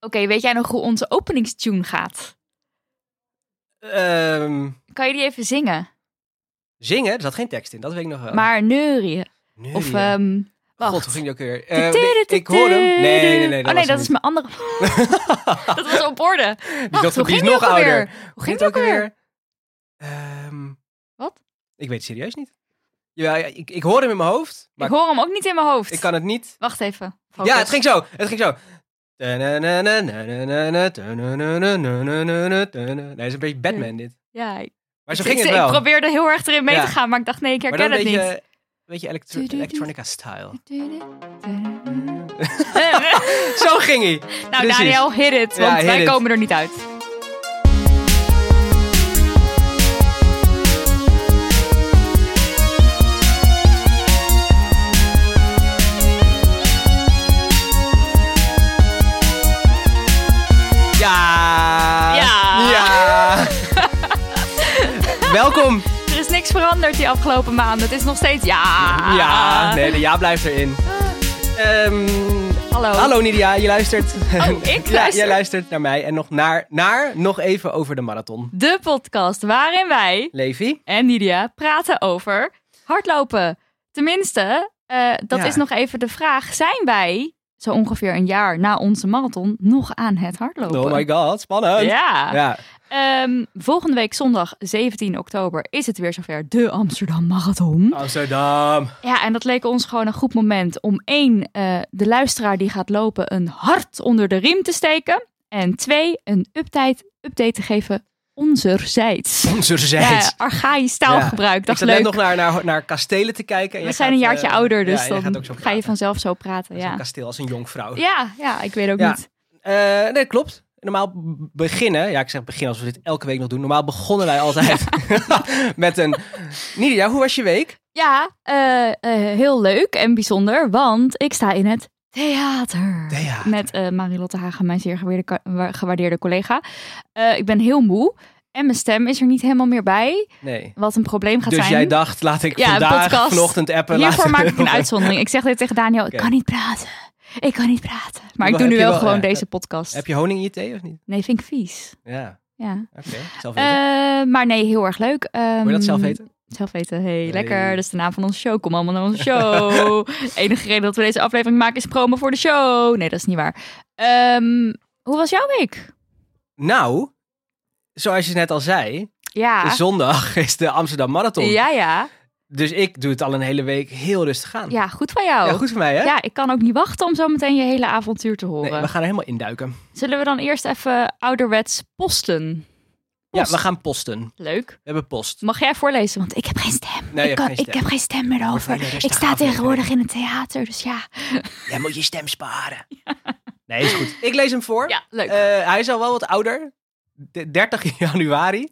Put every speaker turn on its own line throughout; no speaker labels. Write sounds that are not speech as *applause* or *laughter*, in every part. Oké, weet jij nog hoe onze openingstune gaat?
Ehm,
Kan je die even zingen?
zingen, er zat geen tekst in, dat weet ik nog wel.
Maar neuriën.
Nu
Of,
die, hè.
ehm wacht.
God, hoe ging die ook weer? Eh, nee, ik hoor hem. Nee, nee, nee.
oh nee,
was hem
dat is
niet.
mijn andere.
*laughs*
dat was op orde.
Die
Wacht,
dacht,
hoe
die
ging
is
die
nog
ook
ouder.
alweer? Hoe ging die ook alweer?
Ehm,
Wat?
Ik weet het serieus niet. Ja, ja, ik, ik hoor hem in mijn hoofd, maar
Ik hoor Oh, hem ook niet in mijn hoofd.
ik kan het niet.
Wacht even.
Ja,
Focus.
het ging zo. Het ging zo. Nee, dat is een beetje Batman dit.
Ja, ik,
Maar zo
ik-
ging
ik,
het
ik
wel.
probeerde heel erg erin mee
Ja.
te gaan, maar ik dacht nee, ik
maar
herken
dan
het
een beetje,
niet.
een beetje electro- electronica
*laughs*
style. *laughs* Zo ging hij.
nou,
Precies.
Daniel, hit it,
Ja,
want
hit
wij
it.
komen er niet uit.
Ja.
Ja. *laughs*
Ja. Welkom.
Er is niks veranderd die afgelopen maand. Het is nog steeds ja.
Ja, nee, de ja blijft erin. Ehm,
Hallo.
hallo Nidia, je luistert.
Oh, ik
*laughs* ja,
luister.
jij luistert naar mij en nog naar, naar nog even over de marathon.
De podcast waarin wij
Levi?
en Nidia praten over hardlopen. Tenminste, eh, dat
Ja.
is nog even de vraag. Zijn wij zo ongeveer een jaar na onze marathon nog aan het hardlopen?
Oh my god, spannend.
Ja.
Ja.
Ehm, volgende week zondag 17 oktober is het weer zover de Amsterdam Marathon.
Amsterdam. *laughs*
Ja, en dat leek ons gewoon een goed moment om één, eh, de luisteraar die gaat lopen een hart onder de riem te steken. En twee, een update, update te geven onzerzijds.
Onzerzijds.
Ja, archaïs taalgebruik,
Ik
dat is
zat net
leuk.
nog naar, naar, naar kastelen te kijken. en
We
jij
zijn een
gaat,
jaartje
eh,
ouder, dus
ja, jij gaat
dan
ook zo
ga je
praten.
vanzelf zo praten.
Als een
Ja.
kasteel, als een jonkvrouw.
Ja, ja, ik weet ook
Ja.
niet.
Eh, nee, klopt. Normaal b- beginnen, ja, ik zeg beginnen als we dit elke week nog doen. Normaal begonnen wij altijd *laughs* met een. Nidia, hoe was je week?
Ja, eh, eh, heel leuk en bijzonder, want ik sta in het theater.
Thea.
Met eh, Marilotte Hagen, mijn zeer gewaardeerde, ka- wa- gewaardeerde collega. Eh, ik ben heel moe en mijn stem is er niet helemaal meer bij.
Nee.
Wat een probleem gaat
Dus
zijn.
jij dacht, laat ik
Ja, een
vandaag
podcast.
vanochtend appen.
Hiervoor
laten
maak
*laughs* we-
ik een uitzondering. Ik zeg dit tegen Daniel,
Oké.
ik kan niet praten. Ik kan niet praten. Maar ik
Heb
doe nu
je
wel
wel-
gewoon
ja.
deze podcast.
Heb je honing in je thee of niet?
Nee, vind ik vies.
Ja,
Ja.
oké. Zelf weten.
Eh, maar nee, heel erg leuk.
Wil je dat zelf
Ehm,
weten?
Zelf weten, hey,
Hey.
lekker. Dat is de naam van onze show. Kom allemaal naar onze
*laughs*
show. Enige reden dat we deze aflevering maken is promo voor de show. Nee, dat is niet waar. Ehm, hoe was jouw week?
Nou, zoals je net al zei,
Ja.
zondag *laughs* is de Amsterdam Marathon.
Ja, ja.
Dus ik doe het al een hele week heel rustig aan.
Ja, goed van jou.
Ja, goed voor mij, hè?
Ja, ik kan ook niet wachten om zo meteen je hele avontuur te horen.
Nee, we gaan er helemaal induiken.
Zullen we dan eerst even ouderwets posten?
Ja,
Post.
we gaan posten. We
Leuk.
hebben post.
Mag jij voorlezen? Want ik heb geen stem.
Nee, je
ik,
hebt geen
ik
stem.
heb geen stem meer
Een
over.
hele rustige
Ik sta
aflevering.
tegenwoordig in het theater, dus ja.
Jij moet je stem
*laughs*
sparen. Nee, is goed. Ik lees hem voor.
Ja, leuk.
Eh, hij is al wel wat ouder. De- 30 *laughs* januari.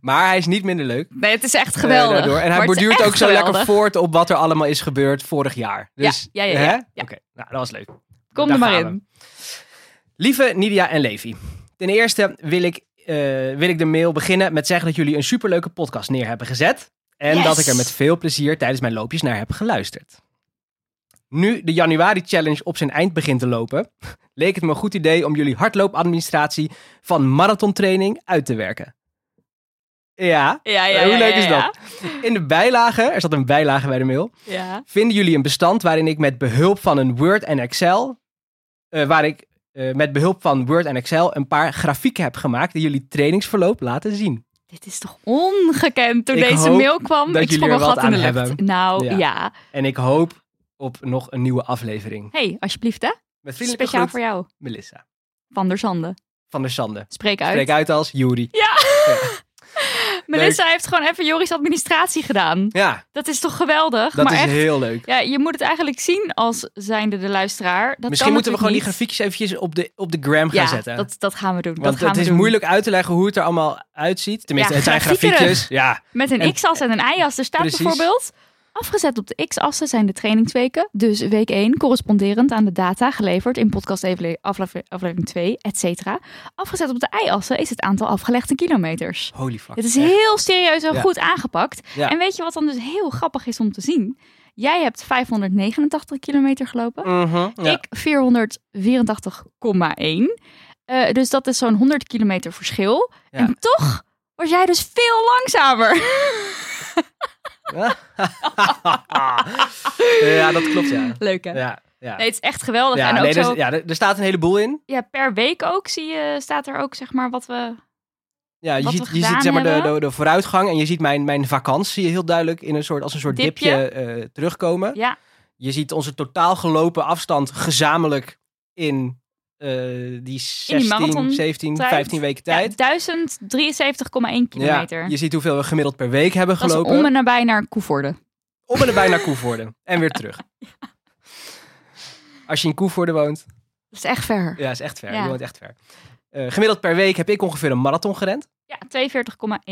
Maar hij is niet minder leuk. eh,
nee, het is echt geweldig.
daardoor. En
Maar
hij
het is
borduurt
echt
ook zo lekker
geweldig.
voort op wat er allemaal is gebeurd vorig jaar. Dus,
ja, ja, ja,
hè?
ja.
Oké, nou, dat was leuk.
Kom
Daar
er maar
gaan we.
in.
Lieve Nidia en Levi, ten eerste wil ik, eh, wil ik de mail beginnen met zeggen dat jullie een superleuke podcast neer hebben gezet. En
Yes!
dat ik er met veel plezier tijdens mijn loopjes naar heb geluisterd. Nu de januari challenge op zijn eind begint te lopen, *laughs* leek het me een goed idee om jullie hardloopadministratie van marathontraining uit te werken. Ja,
Ja, ja,
hoe
ja,
leuk
ja,
is
ja.
dat? In de bijlage, er zat een bijlage bij de mail,
Ja.
Vinden jullie een bestand waarin ik met behulp van een Word en Excel, eh, waar ik eh, met behulp van Word en Excel een paar grafieken heb gemaakt die jullie trainingsverloop laten zien?
Dit is toch ongekend? Toen
Ik
deze
hoop
mail kwam,
dat
ik
jullie
sprong
er
een gat
wat
in de
aan
lucht.
hebben.
Nou,
Ja.
ja.
En ik hoop op nog een nieuwe aflevering.
hey, alsjeblieft hè.
Met vriendelijke
Speciaal
groet,
voor jou.
Melissa
Van der Zanden.
van der Sande.
Spreek uit.
Spreek uit als Juri.
Ja.
Ja.
Melissa heeft gewoon even Joris administratie gedaan. *laughs*
Ja,
Dat is toch geweldig?
dat
maar
is
echt,
heel leuk.
ja, je moet het eigenlijk zien als zijnde de luisteraar. Dat
Misschien
kan
moeten we gewoon die
natuurlijk
grafiekjes eventjes op de, op de gram
niet.
gaan
ja,
zetten.
Dat, dat gaan we doen. dat
Want
gaan
het
we
is
doen.
moeilijk uit te leggen hoe het er allemaal uitziet. Tenminste,
Ja,
het zijn
grafiekerig.
grafiekjes. Ja,
Met een
En-
x-as en een y-as. Er staat
Precies.
bijvoorbeeld... Afgezet op de x-assen zijn de trainingsweken. Dus week 1 corresponderend aan de data geleverd in podcast afle- afle- aflevering 2, et cetera. Afgezet op de y-assen is het aantal afgelegde kilometers.
holy fuck.
Het is
Echt.
heel serieus en
Ja.
goed aangepakt.
Ja.
En weet je wat dan dus heel grappig is om te zien? Jij hebt 589 kilometer gelopen.
Mhm, ja.
Ik 484,1. Eh, dus dat is zo'n 100 kilometer verschil.
Ja.
En toch was jij dus veel langzamer. *laughs*
*laughs* ja, dat klopt, ja.
Leuk hè?
Ja, ja.
Nee, het is echt geweldig.
ja,
en ook
nee, dus-
zo,
er, ja er, er staat een heleboel in.
ja, per week ook zie je, staat er ook zeg maar wat we...
Ja, je
Wat we
ziet, je
gedaan
ziet zeg maar, de,
hebben.
de, de vooruitgang en je ziet mijn, mijn vakantie heel duidelijk in een soort, als een soort
Dipje.
dipje, eh, terugkomen.
Ja,
Je ziet onze totaal gelopen afstand gezamenlijk in eh, die 16,
marathon
17,
tijd.
15 weken
ja
tijd.
1073,1 kilometer.
je ziet hoeveel we gemiddeld per week hebben
dat is
gelopen.
om en nabij naar Koevoorde.
Op en erbij naar Koevoorde. En weer
*laughs*
terug. Als je in Koevoorde woont.
Dat is echt ver.
Ja, is echt ver.
Ja.
Je woont echt ver. Eh, gemiddeld per week heb ik ongeveer een marathon gerend.
Ja,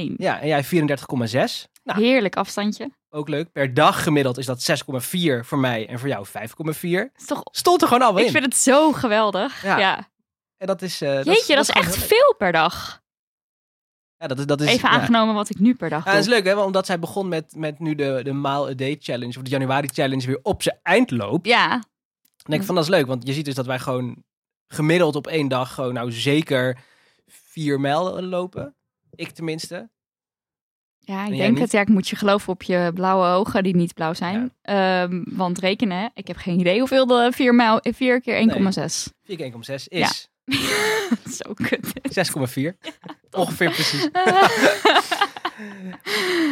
42,1.
Ja, en jij 34,6. Nou,
Heerlijk afstandje.
ook leuk. Per dag gemiddeld is dat 6,4 voor mij en voor jou 5,4.
Is toch,
Stond er gewoon allemaal
ik
in.
vind het zo geweldig. Ja.
Ja. En dat is... eh,
Jeetje, dat, is
gewoon
echt
heel leuk.
veel per dag.
Ja, dat is, dat is,
Even
ja.
aangenomen wat ik nu per dag
Ja,
doe.
dat is leuk, hè? want Omdat zij begon met, met nu de, de Maal a Day Challenge, of de Januari Challenge, weer op zijn eind loopt.
Ja,
Dan denk ik van, dat is leuk, want je ziet dus dat wij gewoon gemiddeld op één dag gewoon nou zeker vier mijl lopen. Ik tenminste.
ja
jij
ik denk
niet?
het. Ja, ik moet je geloven op je blauwe ogen die niet blauw zijn. Ehm, want rekenen, hè, ik heb geen idee hoeveel de 4, mijl, 4 keer 1,6.
Vier keer 1,6 is
Dat is *laughs* zo kut.
6,4.
*laughs*
Ongeveer precies. *laughs*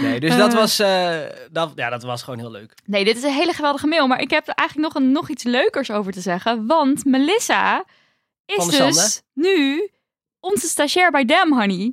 Nee, dus dat was, eh, dat, ja, dat was gewoon heel leuk.
Nee, dit is een hele geweldige mail. Maar ik heb er eigenlijk nog, een, nog iets leukers over te zeggen. Want Melissa is
Van de
dus nu onze stagiair bij Dem, honey.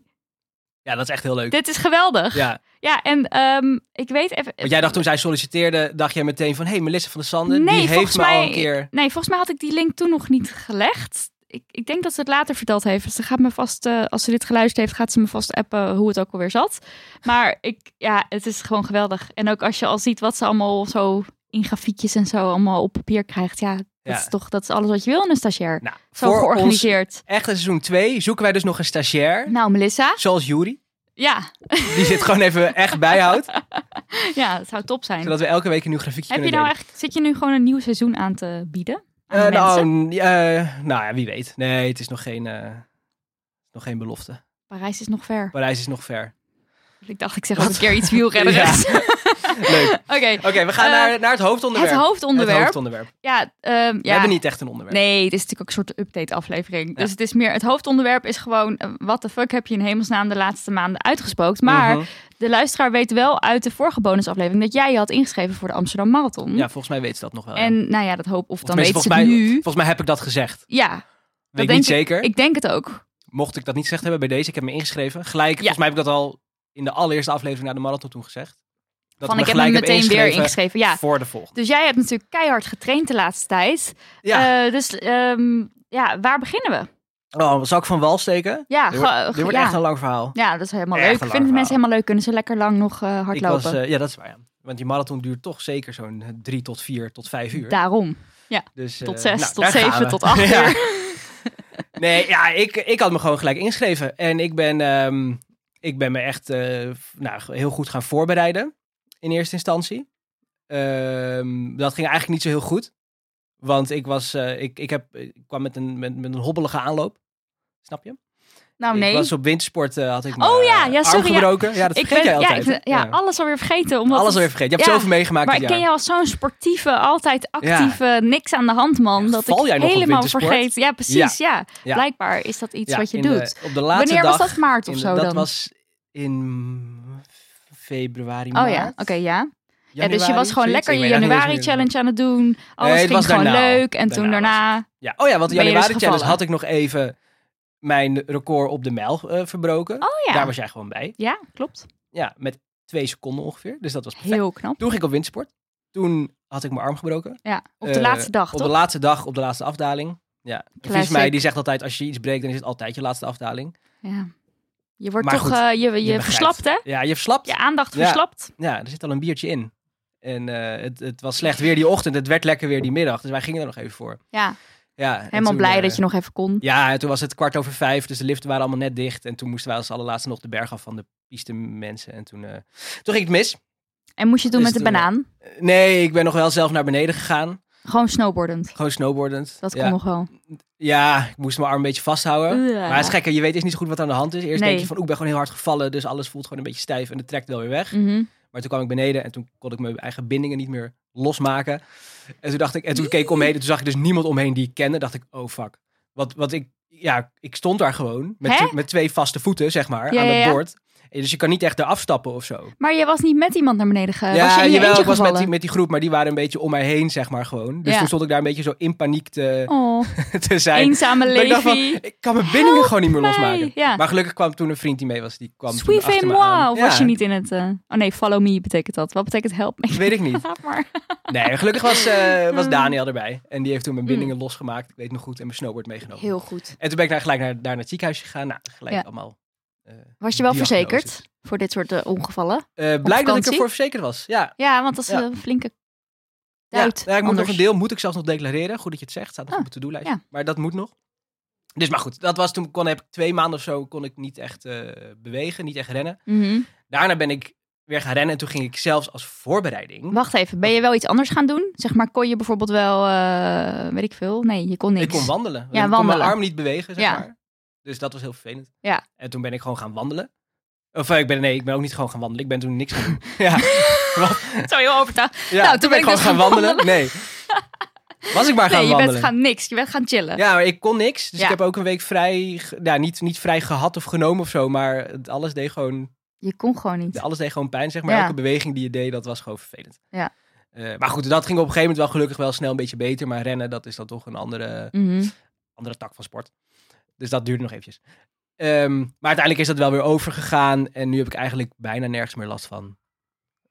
Ja, dat is echt heel leuk.
Dit is geweldig. Ja,
Ja,
en ehm, ik weet even...
want jij dacht toen zij solliciteerde, dacht jij meteen van... Hé, hey, Melissa van der Sande,
Eh, Nee,
die
volgens
heeft me al
mij-
een keer...
Nee, volgens mij had ik die link toen nog niet gelegd. Ik, ik denk dat ze het later verteld heeft. Dus ze gaat me vast, eh, als ze dit geluisterd heeft, gaat ze me vast appen hoe het ook alweer zat. Maar ik, ja, het is gewoon geweldig. En ook als je al ziet wat ze allemaal zo in grafiekjes en zo allemaal op papier krijgt. Ja, dat
Ja.
is toch dat is alles wat je wil in een stagiair.
Nou,
Zo
voor ons
georganiseerd.
echte seizoen 2 zoeken wij dus nog een stagiair.
Nou, Melissa.
Zoals Juri.
Ja.
Die zit gewoon even echt
*laughs*
bijhoudt.
ja, dat zou top zijn.
Zodat we elke week een nieuw grafiekje
Heb je
kunnen
nou echt, zit je nu gewoon een nieuw seizoen aan te bieden? Aan
delen.
de
Eh,
mensen?
nou, eh, nou ja, wie weet. Nee, het is nog geen, eh, nog geen belofte.
Parijs is nog ver.
Parijs is nog
*laughs*
ver.
Ik dacht, ik zeg ook een keer iets wielrennerigs.
Leuk. Oké,
*laughs* Oké,
we gaan
Eh,
naar, naar het hoofdonderwerp.
het hoofdonderwerp.
Het hoofdonderwerp.
Ja, ehm,
We
ja.
hebben niet echt een onderwerp.
Nee, het is natuurlijk ook een soort update-aflevering. Dus
Ja.
het is meer. Het hoofdonderwerp is gewoon. wat de fuck heb je in hemelsnaam de laatste maanden uitgespookt? Maar
Mhm.
de luisteraar weet wel uit de vorige bonusaflevering. dat jij je had ingeschreven voor de Amsterdam Marathon.
Ja, volgens mij weet ze dat nog wel. ja.
Hm? En nou ja, dat hoop. Of
Of
dan
tenminste,
weet ze
volgens,
het
mij,
nu.
volgens mij heb ik dat gezegd.
Ja,
Weet ik
denk
niet
ik.
zeker.
ik denk het ook.
Mocht ik dat niet gezegd hebben bij deze, ik heb me ingeschreven. Gelijk, volgens mij heb ik dat al in de allereerste aflevering naar de marathon toen gezegd. Dat
Van
me
ik heb
gelijk
hem meteen weer ingeschreven. Ja.
Voor de volgende.
Dus jij hebt natuurlijk keihard getraind de laatste tijd.
Ja,
Eh, dus ehm, ja, waar beginnen we?
oh, zal ik van wal steken?
Ja,
dit
ge-
wordt, dit
ge-
wordt
ja.
echt een lang verhaal.
ja, dat is helemaal
Echt
leuk.
een
Ik vind
lang
het mensen
verhaal.
helemaal leuk. Kunnen ze lekker lang nog eh,
Ik
hardlopen.
was, eh, ja, dat is waar. Ja. Want die marathon duurt toch zeker zo'n eh, drie tot vier tot vijf uur.
Daarom.
dus, eh,
Tot zes,
nou,
tot
daar gaan
zeven,
we.
tot acht
*laughs* Ja.
uur.
Nee, ja, ik, ik had me gewoon gelijk ingeschreven. En ik ben, ehm, ik ben me echt eh, f- nou, heel goed gaan voorbereiden in eerste instantie. Ehm, dat ging eigenlijk niet zo heel goed. Want ik, was, eh, ik, ik, heb, ik kwam met een, met, met een hobbelige aanloop. Snap je?
Nou nee.
Ik was op wintersport, eh, had ik
Oh
mijn,
ja,
eh,
ja, sorry,
arm
ja.
gebroken. Ja, dat
ik
vergeet
ben-
jij
ja,
altijd.
ik-
hè?
ja,
Ja.
alles alweer vergeten. Omdat
Alles
het-
alweer vergeten. Je hebt
Ja,
zoveel meegemaakt
Maar
dit
ik
jaar.
ken jou als zo'n sportieve, altijd actieve, niks aan de hand man.
Ja,
dat
val
ik
jij nog op
helemaal
wintersport?
vergeet. Ja, precies. Ja.
Ja.
Blijkbaar is dat iets
Ja,
wat je
in de-
doet.
op de laatste
Wanneer was
dag
dat? Maart of
in-
zo
dat
dan?
was in februari,
oh
maart.
ja, oké ja. ja. Dus je
Januari,
was gewoon
zoiets.
lekker
Ik
je
weet echt niet eens meer.
januari-challenge aan het doen. Alles
het
ging
was
gewoon
daarna al.
leuk. En toen
Daarna was
daarna...
Ja, oh ja, want de
Ben je dus
januari challenge
gevallen?
had ik nog even mijn record op de mijl eh, verbroken.
Oh
Daar
ja,
was jij gewoon bij.
ja klopt.
Ja, met twee seconden ongeveer. Dus dat was perfect.
Heel knap.
Toen ging ik op windsport. Toen had ik mijn arm gebroken.
Ja, op de
Eh,
laatste dag
Op de
toch?
laatste dag, op de laatste afdaling. Ja, Een vriend
Classic.
van mij die zegt altijd, als je iets breekt, dan is het altijd je laatste afdaling.
Ja. Je wordt
Maar
toch...
goed,
eh, je je,
begrijpt.
verslapt hè?
Ja, je verslapt.
Je aandacht
Ja.
verslapt.
Ja, er zit al een biertje in. En eh, het, het was slecht weer die ochtend. Het werd lekker weer die middag. Dus wij gingen er nog even voor.
Ja,
Ja, en
helemaal
toen,
blij
eh,
dat je nog even kon.
Ja, en toen was het kwart over vijf, dus de liften waren allemaal net dicht. En toen moesten wij als allerlaatste nog de berg af van de piste mensen. En toen, eh, toen ging het mis.
En moest je het doen
Dus
met de
toen, eh,
banaan?
Nee, ik ben nog wel zelf naar beneden gegaan.
Gewoon snowboardend.
Gewoon snowboardend.
Dat
ja.
kon nog wel.
Ja, ik moest mijn arm een beetje vasthouden.
Ja.
Maar het is gekker, je weet eerst niet zo goed wat aan de hand is. Eerst
Nee.
denk je van, oeh, ik ben gewoon heel hard gevallen, dus alles voelt gewoon een beetje stijf en het trekt wel weer weg.
Mhm.
Maar toen kwam ik beneden en toen kon ik mijn eigen bindingen niet meer losmaken. En toen dacht ik, en toen keek ik omheen en toen zag ik dus niemand omheen die ik kende. Dacht ik, oh fuck. Wat, wat ik, ja, ik stond daar gewoon met,
Hè?
tw- met twee vaste voeten, zeg maar,
Ja,
aan
ja,
het
ja.
bord. En dus je kan niet echt eraf stappen of zo.
Maar jij was niet met iemand naar beneden gegaan. was je
ja,
in je
jawel,
eentje
ik was met
gevallen?
die, met die groep, maar die waren een beetje om mij heen, zeg maar, gewoon. Dus
Ja.
toen stond ik daar een beetje zo in paniek te, *laughs*
Oh,
te zijn.
eenzame
Maar ik dacht van,
Levi.
ik kan mijn bindingen gewoon niet meer
mij.
losmaken.
Ja.
Maar gelukkig kwam toen een vriend die mee was. Die kwam toen
Suivez
achter me
moi.
aan.
Of
Ja,
was je niet in het... eh, Oh nee, follow me betekent dat. Wat betekent help me? *laughs*
Weet ik niet.
Laat maar.
Nee, gelukkig was, eh, was
Mm.
Daniel erbij. En die heeft toen mijn bindingen losgemaakt. Ik weet nog goed. En mijn snowboard meegenomen.
Heel goed.
En toen ben ik daar gelijk naar, daar naar het ziekenhuis gegaan. Nou, gelijk
Ja.
allemaal. eh,
Was je wel
Diagnoses.
verzekerd voor dit soort eh, ongevallen?
eh, blij dat ik
vakantie?
ervoor verzekerd was. Ja.
Ja, want dat is
Ja.
een flinke
Ja,
duit.
ja, ik moet nog
anders.
een deel moet ik zelfs nog declareren. Goed dat je het zegt. Staat nog
Ah,
op mijn to-do-lijst.
ja.
Maar dat moet nog. Dus maar goed, dat was toen kon, heb ik twee maanden of zo kon ik niet echt eh, bewegen, niet echt rennen.
Mhm.
Daarna ben ik weer gaan rennen en toen ging ik zelfs als voorbereiding.
Wacht even, ben je wel iets anders gaan doen? Zeg maar, kon je bijvoorbeeld wel, eh, weet ik veel? Nee, je kon niks.
Ik
*laughs*
kon wandelen. ik kon
wandelen.
mijn arm niet bewegen, zeg
Ja.
maar. Dus dat was heel vervelend.
Ja.
En toen ben ik gewoon gaan wandelen. Of eh, ik ben, nee, ik ben ook niet gewoon gaan wandelen. Ik ben toen niks gaan
*laughs*
doen. ja. Wat?
Zo heel overtuigd.
ja.
Nou, toen ben ik
gewoon
dus
gaan
gaan
wandelen. Nee. Was ik maar gaan
*laughs* Nee, je
wandelen.
bent gaan niks. Je bent gaan chillen.
Ja, maar ik kon niks. Dus
Ja.
ik heb ook een week vrij... ge- Ja, niet, niet vrij gehad of genomen of zo. Maar het- alles deed gewoon,
Je kon gewoon niet.
alles deed gewoon pijn, zeg maar.
Ja.
Elke beweging die je deed, dat was gewoon vervelend.
Ja.
Eh, maar goed, dat ging op een gegeven moment wel gelukkig wel snel een beetje beter. Maar rennen, dat is dan toch een andere
Mhm.
andere tak van sport. Dus dat duurde nog eventjes. Ehm, maar uiteindelijk is dat wel weer overgegaan. En nu heb ik eigenlijk bijna nergens meer last van.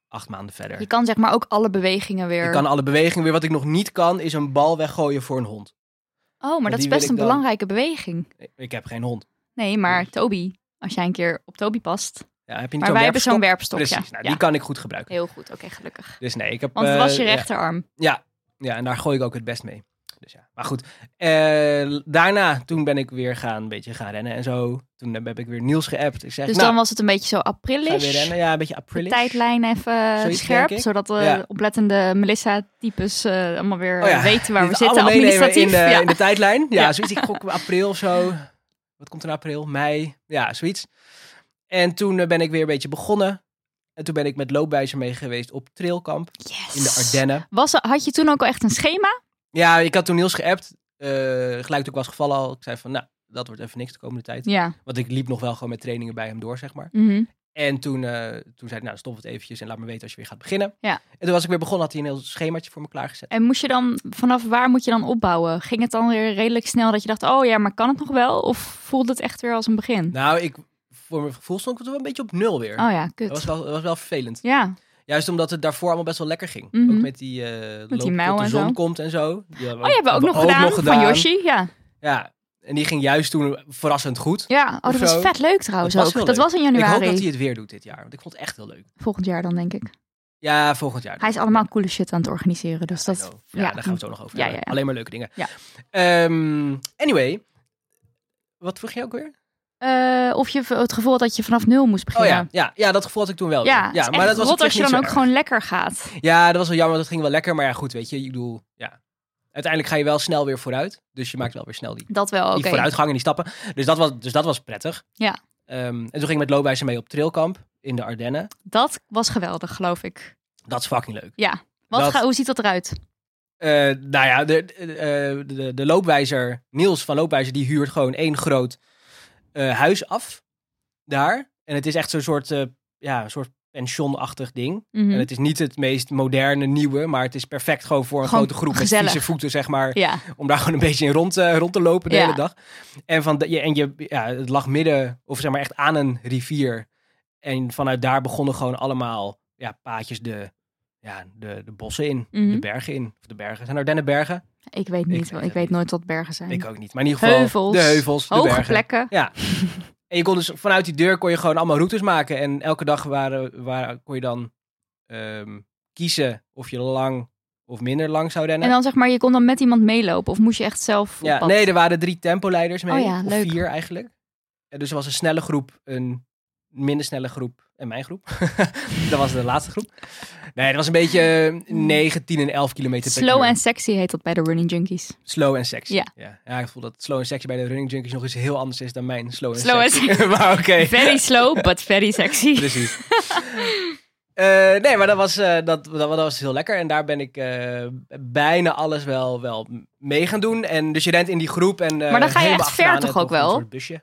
Acht maanden verder.
Je kan zeg maar ook alle bewegingen weer.
Ik kan alle bewegingen weer. Wat ik nog niet kan, is een bal weggooien voor een hond.
Oh, maar dat is
die
best
wil
een
ik dan.
belangrijke beweging.
Ik heb geen hond.
Nee, maar Toby, als jij een keer op Toby past.
Ja, heb je niet
Maar
zo'n
wij hebben zo'n werpstok.
werpstok? Precies,
ja.
nou,
Ja.
die kan ik goed gebruiken.
Heel goed, oké, gelukkig.
Dus nee, ik heb...
Want het was je
eh, ja.
rechterarm.
Ja, en daar gooi ik ook het best mee. Dus ja, maar goed. Eh, daarna, toen ben ik weer gaan, een beetje gaan rennen en zo. Toen heb ik weer Niels geappt. Ik zeg,
Dus
nou,
dan was het een beetje zo
ga weer
aprilish.
rennen. Ja, een beetje
De
aprilish.
tijdlijn even
Zoiets,
scherp,
denk ik.
zodat de
Ja.
oplettende Melissa-types eh, allemaal weer
Oh ja,
eh, weten
*laughs*
waar
Dit
we zitten.
allemaal meenemen
Administratief.
In eh, de,
ja.
in de tijdlijn. Ja,
*laughs* Ja.
zoiets. Ik gok april of zo. Wat komt er in april? Mei. Ja, zoiets. En toen eh, ben ik weer een beetje begonnen. En toen ben ik met loopwijzer mee geweest op trailkamp
Yes.
in de Ardennen.
Was, had je toen ook al echt een schema?
Ja, ik had toen Niels geappt. eh, gelijk toen ik was gevallen al. Ik zei van, nou, dat wordt even niks de komende tijd.
Ja.
Want ik liep nog wel gewoon met trainingen bij hem door, zeg maar.
Mhm.
En toen, eh, toen zei hij, nou, stop het eventjes en laat me weten als je weer gaat beginnen.
Ja.
En toen was ik weer begonnen, had hij een heel schemaatje voor me klaargezet.
En moest je dan, vanaf waar moet je dan opbouwen? Ging het dan weer redelijk snel dat je dacht, oh ja, maar kan het nog wel? Of voelde het echt weer als een begin?
Nou, ik, voor mijn gevoel stond ik wel een beetje op nul weer.
oh ja, kut.
Dat was wel, dat was wel vervelend.
Ja,
Juist omdat het daarvoor allemaal best wel lekker ging.
Mhm.
Ook met die, eh loop tot
mijl
de
en
zon
zo.
komt en zo. Die
Oh, je hebt we ook nog gedaan, van Yoshi. Ja,
Ja, en die ging juist toen verrassend goed.
ja. oh, dat
Of
was
zo.
vet leuk trouwens
Dat was
ook.
heel
dat
leuk.
was in
Ik hoop
januari.
dat hij het weer doet dit jaar, want ik vond het echt heel leuk.
Volgend jaar dan, denk ik.
Ja, volgend jaar.
Hij is allemaal coole shit aan het organiseren. Dus
I
dat...
know. Ja, daar gaan we het zo nog over
Ja,
hebben.
ja, ja.
Alleen maar leuke dingen.
Ja.
Ehm, anyway, wat vroeg je ook weer?
Eh, of je v- het gevoel had dat je vanaf nul moest
Oh
beginnen.
ja, ja, Oh ja, dat gevoel had ik toen wel.
Ja,
weer.
het is echt
dat was
rot
op
als
zich
je dan
niet
ook
zo erg.
gewoon lekker gaat.
Ja, dat was wel jammer, dat ging wel lekker. Maar ja, goed, weet je, ik bedoel, ja. Uiteindelijk ga je wel snel weer vooruit. Dus je maakt wel weer snel die
Dat wel, oké.
die vooruitgang en die stappen. Dus dat was, dus dat was prettig.
Ja.
Ehm, en toen ging ik met loopwijzer mee op trailkamp in de Ardennen.
Dat was geweldig, geloof ik.
Dat is fucking leuk.
Ja. Wat
Dat-
ga- hoe ziet dat eruit?
Eh, nou ja, de, eh, de, de loopwijzer, Niels van Loopwijzer, die huurt gewoon één groot eh, huis af daar. En het is echt zo'n soort, eh, ja, een soort pensionachtig ding.
Mhm.
En het is niet het meest moderne, nieuwe, maar het is perfect gewoon voor een
Gewoon
grote groep
gezellig.
met vieze voeten, zeg maar.
Ja,
om daar *laughs* gewoon een beetje in rond, eh, rond te lopen de
Ja.
hele dag. En, van de, je- en je, ja, het lag midden, of zeg maar echt aan een rivier. En vanuit daar begonnen gewoon allemaal ja, paadjes de, ja, de, de bossen in,
Mhm.
de bergen in. Of de bergen, zijn Ardennenbergen?
ik weet niet.
weet
Ik,
het
weet
niet.
nooit wat bergen zijn.
Ik ook niet, maar in ieder geval
heuvels.
de heuvels, de
Hoge
bergen.
plekken.
Ja. En je kon dus vanuit die deur kon je gewoon allemaal routes maken. En elke dag waren, waren, kon je dan ehm, kiezen of je lang of minder lang zou rennen.
En dan zeg maar, je kon dan met iemand meelopen. Of moest je echt zelf op
Ja,
pad?
nee, er waren drie tempoleiders mee.
Oh ja,
of
leuk.
vier eigenlijk. En dus er was een snelle groep, een minder snelle groep en mijn groep. *laughs* dat was de laatste groep. Nee, dat was een beetje eh, 9, 10 en 11 kilometer per
Mm. Slow
uur.
en sexy heet dat bij de running junkies.
Slow en sexy.
Ja.
Ja. ja, ik voel dat slow en sexy bij de running junkies nog eens heel anders is dan mijn slow en
Slow en
sexy. *laughs* maar oké.
Very slow, but very sexy.
*laughs* Precies. Eh, nee, maar dat was, eh, dat, dat, dat was heel lekker. En daar ben ik eh, bijna alles wel, wel mee gaan doen. En dus je rent in die groep. En, eh,
Maar dan ga je
helemaal
echt ver
achteraan, eh,
toch ook
een
wel? Eh,
soort busje.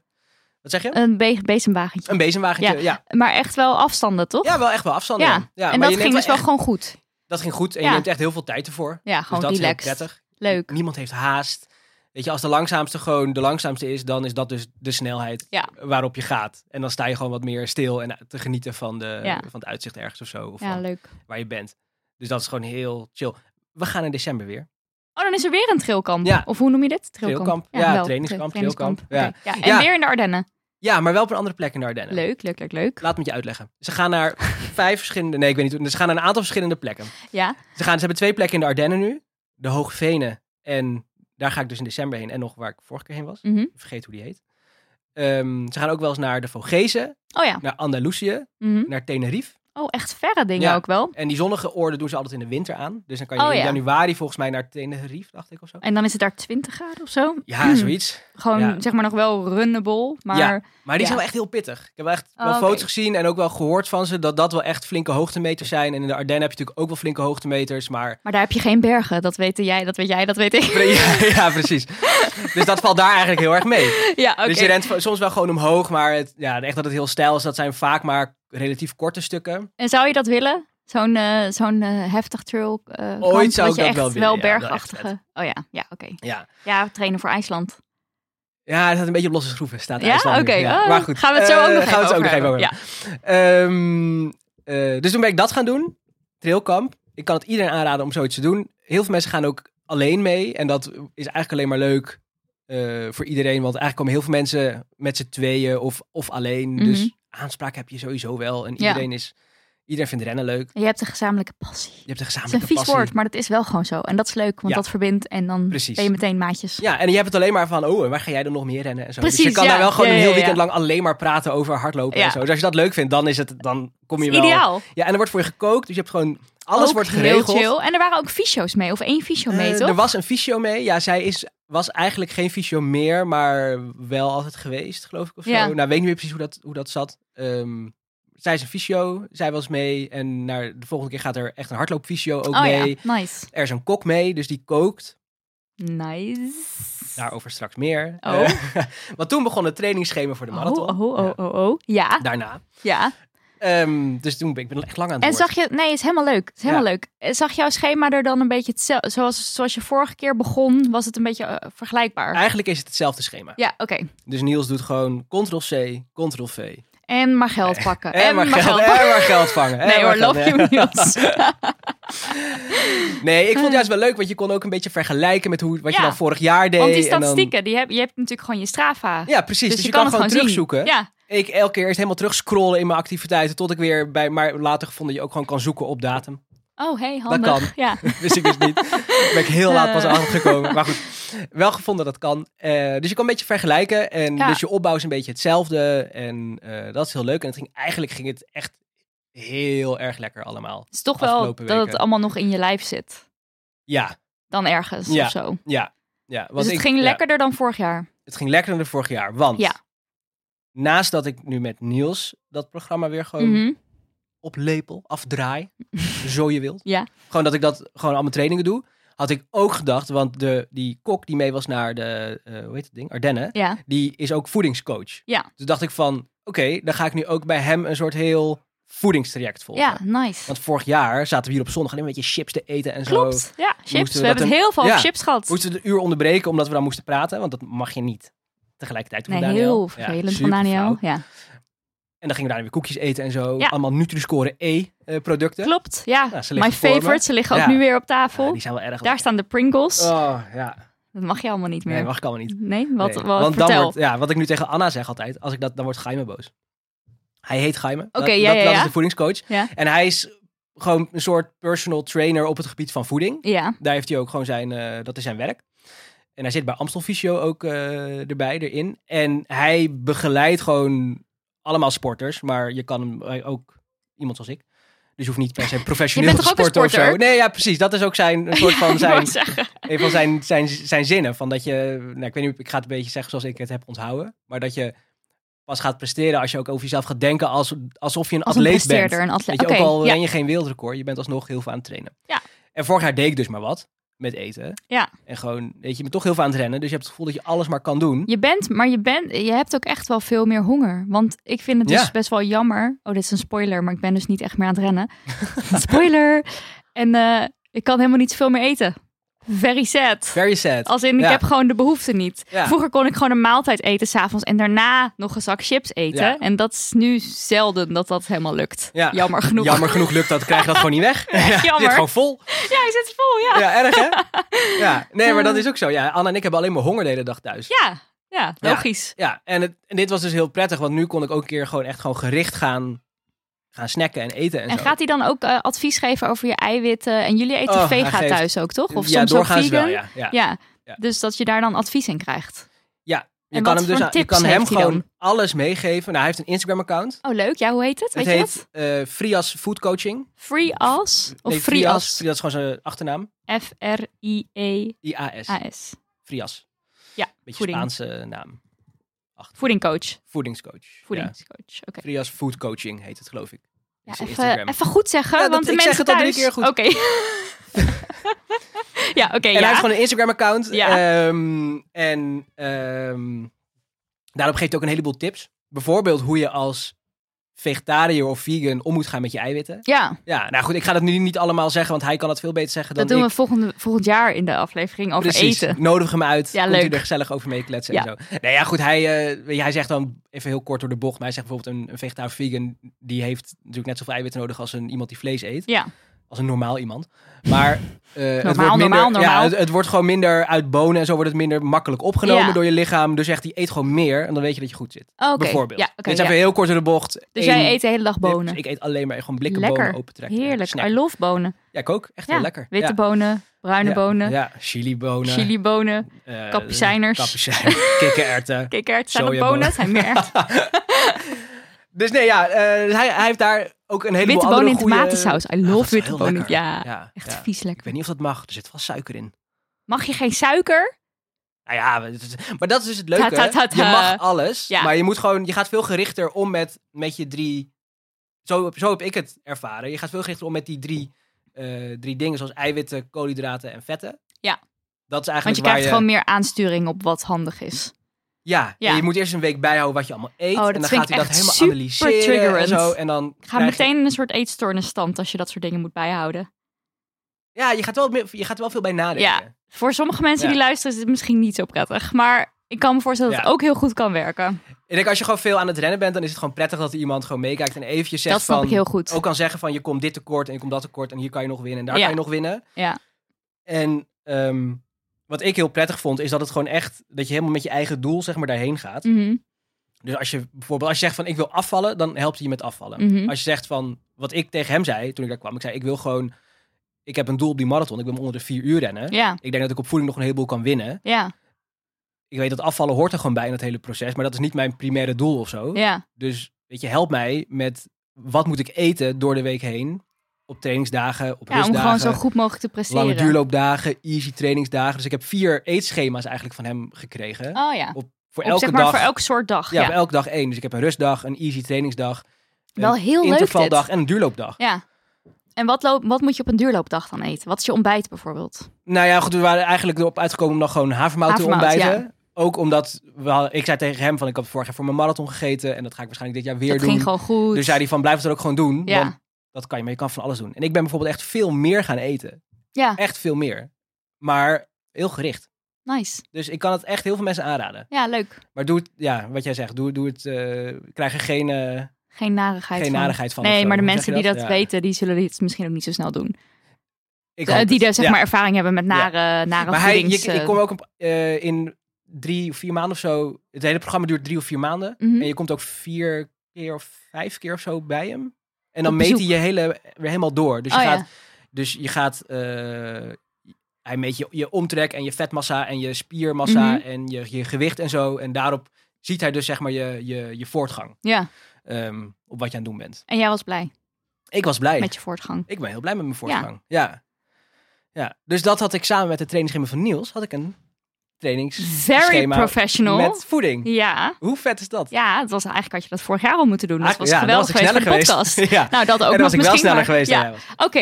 Wat zeg je?
Een be- bezemwagentje.
Een bezemwagentje, ja. ja.
Maar echt wel afstanden, toch?
wel echt wel afstanden.
Ja,
ja. Ja,
en
maar
dat
je neemt
ging dus wel
echt-
gewoon goed.
Dat ging goed. En
Ja.
je neemt echt heel veel tijd ervoor.
Ja,
Dus
gewoon
dat is heel
relaxed.
prettig.
Leuk.
Niemand heeft haast. Weet je, als de langzaamste gewoon de langzaamste is, dan is dat dus de snelheid
Ja.
waarop je gaat. En dan sta je gewoon wat meer stil en te genieten van, de,
Ja.
van het uitzicht ergens of zo. Of
Ja,
van
leuk.
waar je bent. Dus dat is gewoon heel chill. We gaan in december weer.
Oh, dan is er weer een trailkamp.
Ja.
Of hoe noem je dit?
Trailkamp. Ja, trainingskamp,
Tra- trainingskamp.
trailkamp.
Oké. Ja, En
Ja.
weer in de Ardennen.
Ja, maar wel op een andere plek in de Ardennen.
Leuk, leuk, leuk, leuk.
Laat me je uitleggen. Ze gaan
*laughs*
naar vijf verschillende... Nee, ik weet niet. hoe- Ze gaan naar een aantal verschillende plekken.
Ja.
Ze, gaan, ze hebben twee plekken in de Ardennen nu. De Hoogvenen. En daar ga ik dus in december heen. En nog waar ik vorige keer heen was.
Mhm.
Ik Vergeet hoe die heet. Ehm, ze gaan ook wel eens naar de Vogezen.
Oh ja.
Naar Andalusië.
Mhm.
Naar Tenerife.
Oh, echt verre dingen
Ja.
ook wel.
En die zonnige oorden doen ze altijd in de winter aan. Dus dan kan je
Oh,
in
ja.
januari volgens mij naar Tenerife, dacht ik of zo.
En dan is het daar 20 graden of zo.
Ja, zoiets.
Gewoon
Ja.
zeg maar nog wel runnable, maar
Maar die
Ja.
zijn wel echt heel pittig. Ik heb wel echt
Oh,
wel
oké.
foto's gezien en ook wel gehoord van ze dat dat wel echt flinke hoogtemeters zijn. En in de Ardennen heb je natuurlijk ook wel flinke hoogtemeters,
*laughs*
maar... *laughs*
Maar daar heb je geen bergen. Dat weet jij, dat weet jij, dat weet ik.
ja, ja, precies. Dus dat valt daar eigenlijk heel erg mee.
ja, *laughs* oké.
Dus je rent va- soms wel gewoon omhoog, maar het, ja, echt dat het heel stijl is, dat zijn vaak maar relatief korte stukken.
En zou je dat willen? Zo'n eh, zo'n eh, heftig trail eh kamp,
zou ik
dat je
dat
echt
wel willen, ja, wel echt
bergachtige... oh ja, ja, oké.
Ja,
Ja, trainen voor IJsland.
ja het staat een beetje op losse schroeven, staat
Ja,
IJsland
oké.
nu. Ja,
oh,
maar goed.
Gaan we het zo
Eh,
ook nog
gaan we
even
het ook nog
over
even
hebben.
over Ehm, eh, dus toen ben ik dat gaan doen. Trailkamp. Ik kan het iedereen aanraden om zoiets te doen. Heel veel mensen gaan ook alleen mee. En dat is eigenlijk alleen maar leuk eh, voor iedereen. Want eigenlijk komen heel veel mensen met z'n tweeën of, of alleen.
Mhm.
Dus aanspraak heb je sowieso wel. En
Ja.
iedereen, is, iedereen vindt rennen leuk.
Ja. Je hebt een gezamenlijke passie.
Je hebt een
Het is een
gezamenlijke
vies
Ah, passie.
woord, maar dat is wel gewoon zo. En dat is leuk, want
Ja.
dat verbindt en dan
Precies.
ben je meteen maatjes.
Ja, en je hebt het alleen maar van, oh, en waar ga jij dan nog meer rennen? En zo. dus
Precies,
je kan
ja.
daar wel gewoon
Ja,
een
ja,
heel
ja.
weekend lang alleen maar praten over hardlopen
Ja.
en zo. Dus als je dat leuk vindt, dan, is het, dan kom je
Het is
wel...
ideaal.
Ja, en er wordt voor je gekookt. Dus je hebt gewoon... Alles
Ook
wordt geregeld.
Heel chill. En er waren ook fysio's mee, of één fysio mee,
Eh,
toch?
Er was een fysio mee. Ja, zij is, was eigenlijk geen fysio meer, maar wel altijd geweest, geloof ik. Of zo.
Ja.
Nou, weet ik niet meer precies hoe dat, hoe dat zat. Ehm, zij is een fysio, zij was mee. En naar de volgende keer gaat er echt een hardloopfysio ook
oh
mee.
ja, nice.
Er is een kok mee, dus die kookt.
Nice.
Daarover straks meer.
Oh.
Eh, *laughs* want toen begon het trainingsschema voor de marathon.
Oh, oh, oh, oh, oh. Ja,
Daarna.
ja.
Ehm, dus toen ben ik ben echt lang aan het
En
woord.
zag je... Nee, is helemaal leuk. Is helemaal
Ja.
leuk. Eh, Zag jouw schema er dan een beetje... hetzelfde- Zoals, zoals je vorige keer begon, was het een beetje eh, vergelijkbaar?
Eigenlijk is het hetzelfde schema.
Ja, oké.
Dus Niels doet gewoon ctrl-c, ctrl-v.
En maar geld pakken.
Eh, *laughs* En, maar geld, en maar geld
*laughs*
vangen. en
Nee
maar
hoor,
geld-
love
*laughs*
you, Niels.
Nee, ik vond het juist wel leuk, want je kon ook een beetje vergelijken met hoe, wat
Ja.
je dan vorig jaar deed.
Want die
en dan-
statistieken, die heb, je hebt natuurlijk gewoon je Strava.
Ja, precies. Dus, je, kan, gewoon
het
terugzoeken.
zien. Ja,
Ik elke keer eerst helemaal terugscrollen in mijn activiteiten, tot ik weer bij, maar later gevonden dat je ook gewoon kan zoeken op datum.
oh hey, handig.
kan. *laughs*
Ja.
Wist ik dus niet. ben ik heel laat pas
Eh.
aangekomen. Maar goed, wel gevonden dat kan. Eh, dus je kan een beetje vergelijken. En
Ja.
dus je opbouw is een beetje hetzelfde. En eh, dat is heel leuk. En het ging, eigenlijk ging het echt heel erg lekker allemaal.
Het is toch wel
Afgelopen
dat het
weken.
allemaal nog in je lijf zit.
Ja,
Dan ergens
Ja.
of zo. Dus
ja. ja. Want
het
ik-
ging
ja.
lekkerder dan vorig jaar.
het ging lekkerder dan vorig jaar. Want
Ja.
naast dat ik nu met Niels dat programma weer gewoon
Mhm.
oplepel,
*laughs*
afdraai, zo je wilt.
Ja.
Gewoon dat ik dat gewoon al mijn trainingen doe. Had ik ook gedacht, want de, die kok die mee was naar de, eh, hoe heet het ding, Ardennen,
Ja.
die is ook voedingscoach.
Ja.
Dus dacht ik van, oké, dan ga ik nu ook bij hem een soort heel voedingstraject volgen.
ja, nice.
Want vorig jaar zaten we hier op zondag alleen maar een beetje chips te eten en zo.
Klopt. Ja, chips.
moesten
We,
we
hebben
dat
het heel veel
een-
over
Ja.
chips gehad.
Moesten we de uur onderbreken omdat we dan moesten praten, want dat mag je niet tegelijkertijd doen,
nee,
Daniel.
heel
Ja,
vervelend van
super flauw.
Daniel. Ja.
En dan gingen we daarna weer koekjes eten en zo.
Ja.
Allemaal Nutri-score E, eh, E-producten.
Klopt. Ja,
Ja, ze liggen
my
voor me.
favorite. Ze liggen ook
Ja.
nu weer op tafel.
die zijn wel erg
Daar
lekker.
staan de Pringles.
Oh, ja.
Dat mag je allemaal niet meer.
Nee, mag ik allemaal niet.
Nee? wat,
Nee.
wat
Want dan
vertel.
wordt, ja, wat ik nu tegen Anna zeg altijd, als ik dat, dan wordt Gijme boos. Hij heet Gijme.
Oké,
dat,
ja,
dat,
ja,
dat
ja.
is de voedingscoach.
Ja.
En hij is gewoon een soort personal trainer op het gebied van voeding.
Ja,
Daar heeft hij ook gewoon zijn, eh, dat is zijn werk. En hij zit bij Amstel Fysio ook eh, erbij, erin. En hij begeleidt gewoon allemaal sporters, maar je kan hem eh, ook iemand zoals ik. Dus je hoeft
*laughs*
niet per se professioneel
bent toch ook een
sporten of zo.
sporter?
Nee, ja, precies. Dat is ook zijn een soort
*laughs*
van
ik
zijn,
wou zeggen.
een van zijn, zijn, zijn zinnen. Van dat je, nou, ik weet niet, ik ga het een beetje zeggen zoals ik het heb onthouden. Maar dat je pas gaat presteren als je ook over jezelf gaat denken als, alsof je een
Als een
atleet bent.
presteerder, een atleet.
Weet je,
Oké,
ook al eh,
ja.
ren je geen wereldrecord, je bent alsnog heel veel aan het trainen.
Ja.
En vorig jaar deed ik dus maar wat met eten.
Ja.
En gewoon, weet je, je bent toch heel veel aan het rennen. Dus je hebt het gevoel dat je alles maar kan doen.
Je bent, maar je, bent, je hebt ook echt wel veel meer honger. Want ik vind het dus
Ja.
best wel jammer. Oh, dit is een spoiler, maar ik ben dus niet echt meer aan het rennen. *laughs* spoiler! En eh, ik kan helemaal niet veel meer eten. Very sad.
Very sad.
Als in, ik
Ja.
heb gewoon de behoefte niet.
Ja.
Vroeger kon ik gewoon een maaltijd eten s'avonds en daarna nog een zak chips eten.
Ja.
En dat is nu zelden dat dat helemaal lukt.
Ja.
Jammer genoeg.
Jammer genoeg lukt dat, krijg je dat gewoon niet
*laughs*
weg. Ja, je
jammer.
zit gewoon vol.
*laughs* Ja, hij zit vol, ja.
Ja, erg
*laughs*
hè? Ja, nee, maar dat is ook zo. Ja, Anna en ik hebben alleen maar honger de hele dag thuis.
Ja, ja logisch.
Ja, en, het, en dit was dus heel prettig, want nu kon ik ook een keer gewoon echt gewoon gericht gaan, gaan snacken en eten en,
En
zo.
gaat hij dan ook eh, advies geven over je eiwitten? En jullie eten
Oh, hij
vega
geeft-
thuis ook, toch? Of
ja,
soms ook
doorgaans
vegan?
wel, ja. ja.
Ja.
Ja.
dus dat je daar dan advies in krijgt.
Je,
en
kan
wat
hem dus
voor
aan- je
tips
kan hem
heeft hij dan?
gewoon alles meegeven. Nou, hij heeft een Instagram-account.
Oh, leuk. Ja, hoe heet het?
Het
Weet je
heet
dat?
eh Frias Food Coaching.
Free As? Of
Nee,
Free
Frias.
As?
Dat is gewoon zijn achternaam.
F-R-I-E-A-S.
IAS. Frias.
Ah, Ja,
Beetje
voeding.
Spaanse naam.
Voedingcoach.
Voedingscoach. Ja.
Voedingscoach. Oké.
Frias Food Coaching heet het, geloof ik.
Ja,
Is zijn
even,
Instagram.
even goed zeggen,
Ja, dat-
want de
ik
mensen
zeg het al drie
thuis...
keer goed.
Oké.
*laughs*
ja, oké.
En hij
ja.
heeft gewoon een Instagram-account.
Ja.
Ehm, en ehm, daarop geeft hij ook een heleboel tips. Bijvoorbeeld hoe je als vegetariër of vegan om moet gaan met je eiwitten.
ja,
Ja, nou goed, ik ga dat nu niet allemaal zeggen, want hij kan het veel beter zeggen dan
dat doen
ik.
we volgende, volgend jaar in de aflevering over
Precies,
eten.
nodig hem uit.
Ja,
Ja, komt hij
leuk.
er gezellig over mee kletsen
Ja.
en zo. Nee, ja, goed, hij, eh, weet je, hij zegt dan even heel kort door de bocht. Maar hij zegt bijvoorbeeld een, een vegetariër of vegan, die heeft natuurlijk net zoveel eiwitten nodig als een, iemand die vlees eet.
Ja.
als een normaal iemand. Maar eh, het,
Normaal,
wordt minder,
normaal, normaal.
Ja, het, het wordt gewoon minder uit bonen en zo wordt het minder makkelijk opgenomen
Ja.
door je lichaam. Dus echt, die eet gewoon meer en dan weet je dat je goed zit.
Oh, Oké.
Bijvoorbeeld.
Ja, oké,
Dit is
ja.
even heel kort door de bocht.
Dus
Eén-
jij eet de hele dag bonen.
Dus ik eet alleen maar gewoon blikken
Lekker.
bonen open trekken.
Heerlijk. I love bonen.
Ja, ik ook. Echt
Ja,
heel lekker.
Witte
ja.
bonen, bruine
Ja,
bonen,
Ja, chilibonen.
chilibonen,
eh,
kapucijners.
kapucijnen,
*laughs*
kikkererwten. *laughs*
kikkererwten. Zijn dat
Sojabonen.
bonen? Zijn meer
*laughs*
erwten.
Dus nee, ja, eh, hij, hij heeft daar ook een heleboel
Witte
andere
bonen in
goede...
tomatensaus. I
Ah, dat
love
is
witte
heel
bonen.
lekker.
Ja,
ja,
echt
ja.
vies
Ik
lekker.
weet niet of dat mag. Er zit vast suiker in.
Mag je geen suiker?
Nou ja, maar het is- maar dat is dus het leuke.
Ta, ta, ta, ta.
Je mag alles,
Ja.
maar je moet gewoon, je gaat veel gerichter om met, met je drie. Zo, heb- zo heb ik het ervaren. Je gaat veel gerichter om met die drie, eh, drie dingen, zoals eiwitten, koolhydraten en vetten.
Ja.
Dat is
Want
eigenlijk
je
waar
krijgt gewoon meer aansturing op wat handig is.
Ja,
Ja.
en je moet eerst een week bijhouden wat je allemaal eet.
Oh, dat
en dan
vind
gaat
ik
hij dat
echt
helemaal
super
analyseren en
triggerend.
zo. En dan
Ik ga
krijg je-
meteen in een soort eetstoornis stand als je dat soort dingen moet bijhouden.
ja, je gaat, wel, meer- je gaat er wel veel bij nadenken.
Voor sommige mensen
Ja.
die luisteren is het misschien niet zo prettig. Maar ik kan me voorstellen dat
Ja.
het ook heel goed kan werken.
Ik denk, als je gewoon veel aan het rennen bent, dan is het gewoon prettig dat er iemand gewoon meekijkt en eventjes zegt
dat snap
van...
ik heel goed.
ook kan zeggen van je komt dit tekort en je komt dat tekort en hier kan je nog winnen en daar
Ja.
kan je nog winnen.
Ja.
En ehm, wat ik heel prettig vond is dat het gewoon echt dat je helemaal met je eigen doel zeg maar daarheen gaat.
Mhm.
Dus als je bijvoorbeeld als je zegt van ik wil afvallen, dan helpt hij je met afvallen.
Mhm.
Als je zegt van wat ik tegen hem zei toen ik daar kwam, ik zei ik wil gewoon ik heb een doel op die marathon, ik wil hem onder de vier uur rennen.
Ja,
Ik denk dat ik op voeding nog een heleboel kan winnen.
ja,
Ik weet dat afvallen hoort er gewoon bij in het hele proces, maar dat is niet mijn primaire doel of zo.
ja.
Dus weet je, help mij met wat moet ik eten door de week heen. Op trainingsdagen, op
ja om gewoon zo
rustdagen,
goed mogelijk te presteren.
lange duurloopdagen, easy trainingsdagen. Dus ik heb vier eetschema's eigenlijk van hem gekregen.
Oh ja,
Voor
Op,
elke
zeg maar
dag.
voor elk soort dag.
ja,
Ja,
voor elke dag één. Dus ik heb een rustdag, een easy trainingsdag,
Wel
een
heel leuk dit.
intervaldag en een duurloopdag.
Ja. En wat, loop, wat moet je op een duurloopdag dan eten? Wat is je ontbijt bijvoorbeeld?
Nou ja, goed, we waren eigenlijk erop uitgekomen om dan gewoon havermout te
Havermout,
ontbijten. Ook omdat, we hadden- ik zei tegen hem van ik heb vorig jaar voor mijn marathon gegeten en dat ga ik waarschijnlijk dit jaar weer
dat
doen.
ging gewoon goed.
Dus zei hij van blijf het er ook gewoon doen,
Ja.
want dat kan je, maar je kan van alles doen. En ik ben bijvoorbeeld echt veel meer gaan eten.
ja,
Echt veel meer. Maar heel gericht.
nice.
Dus ik kan het echt heel veel mensen aanraden.
Ja, leuk.
Maar doe het, ja, wat jij zegt, doe, doe het, eh, krijg er geen, eh,
Geen narigheid
geen
van.
narigheid van. of
Nee,
zo.
maar de
Hoe
mensen
zeg je
die dat
Ja.
weten, die zullen dit misschien ook niet zo snel doen.
Ik
Eh,
hoop
die
het.
daar zeg
Ja.
maar ervaring hebben met nare, nare
Maar hij,
voedings,
je, ik
eh,
kom ook een, eh, in drie of vier maanden of zo. Het hele programma duurt drie of vier maanden.
Mhm.
En je komt ook vier keer of vijf keer of zo bij hem. En dan
Op
meet hij
bezoek.
je hele, weer helemaal door. Dus je
Oh ja.
gaat Dus je gaat. eh, hij meet je, je omtrek en je vetmassa en je spiermassa
Mhm.
en je, je gewicht en zo. En daarop ziet hij dus zeg maar je, je, je voortgang.
Ja,
ehm, op wat je aan het doen bent.
En jij was blij
Ik was blij.
met je voortgang.
Ik ben heel blij met mijn voortgang. Ja. ja. Dus dat had ik samen met het trainingsschema van Niels, had ik een trainings
Very
Schema
professional.
met voeding.
Ja.
Hoe vet is dat? Ah,
ja, het was, eigenlijk had je dat vorig jaar al moeten doen. Dat was
Ja, dan
geweldig
ik
geweest voor de
sneller
podcast.
*laughs* ja.
*laughs* Nou, dat ook
en dan
nog
was ik wel
misschien,
sneller
maar-
geweest dan
Ja.
jij was.
Oké,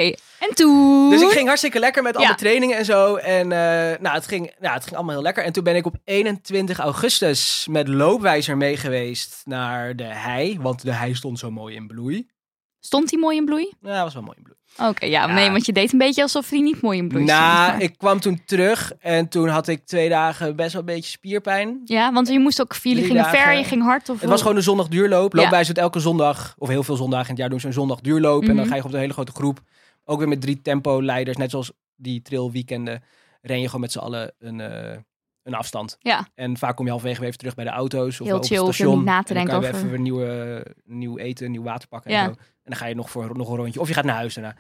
en toen...
Dus ik ging hartstikke lekker met alle
Ja.
trainingen en zo. En eh, nou, het ging, nou, het ging allemaal heel lekker. En toen ben ik op 21 augustus met loopwijzer mee geweest naar de hei. Want de hei stond zo mooi in bloei.
Stond die mooi in bloei?
Nou, was wel mooi in bloei.
Oké, ja,
Ja.
nee, want je deed een beetje alsof die niet mooi in bloei stond. *laughs*
nou,
maar-
ik kwam toen terug en toen had ik twee dagen best wel een beetje spierpijn.
Ja, want je moest ook... Jullie
Drie
gingen ver,
dagen.
je ging hard. Of
Het was gewoon een zondag duurloop.
Ja.
Loopwijzer doet elke zondag, of heel veel zondagen in het jaar doen ze een zondag duurloop. En dan
Mhm.
ga je op een hele grote groep. Ook weer met drie tempo-leiders. Net zoals die trailweekenden ren je gewoon met z'n allen een, eh, een afstand.
Ja.
En vaak kom je halverwege weer even terug bij de auto's. Of
Heel
op
chill,
het
hoef je
station.
niet na te
En dan
denken
kan je weer
over-
even weer nieuwe, nieuw eten, nieuw water pakken
Ja.
en zo. En dan ga je nog voor nog een rondje. Of je gaat naar huis daarna.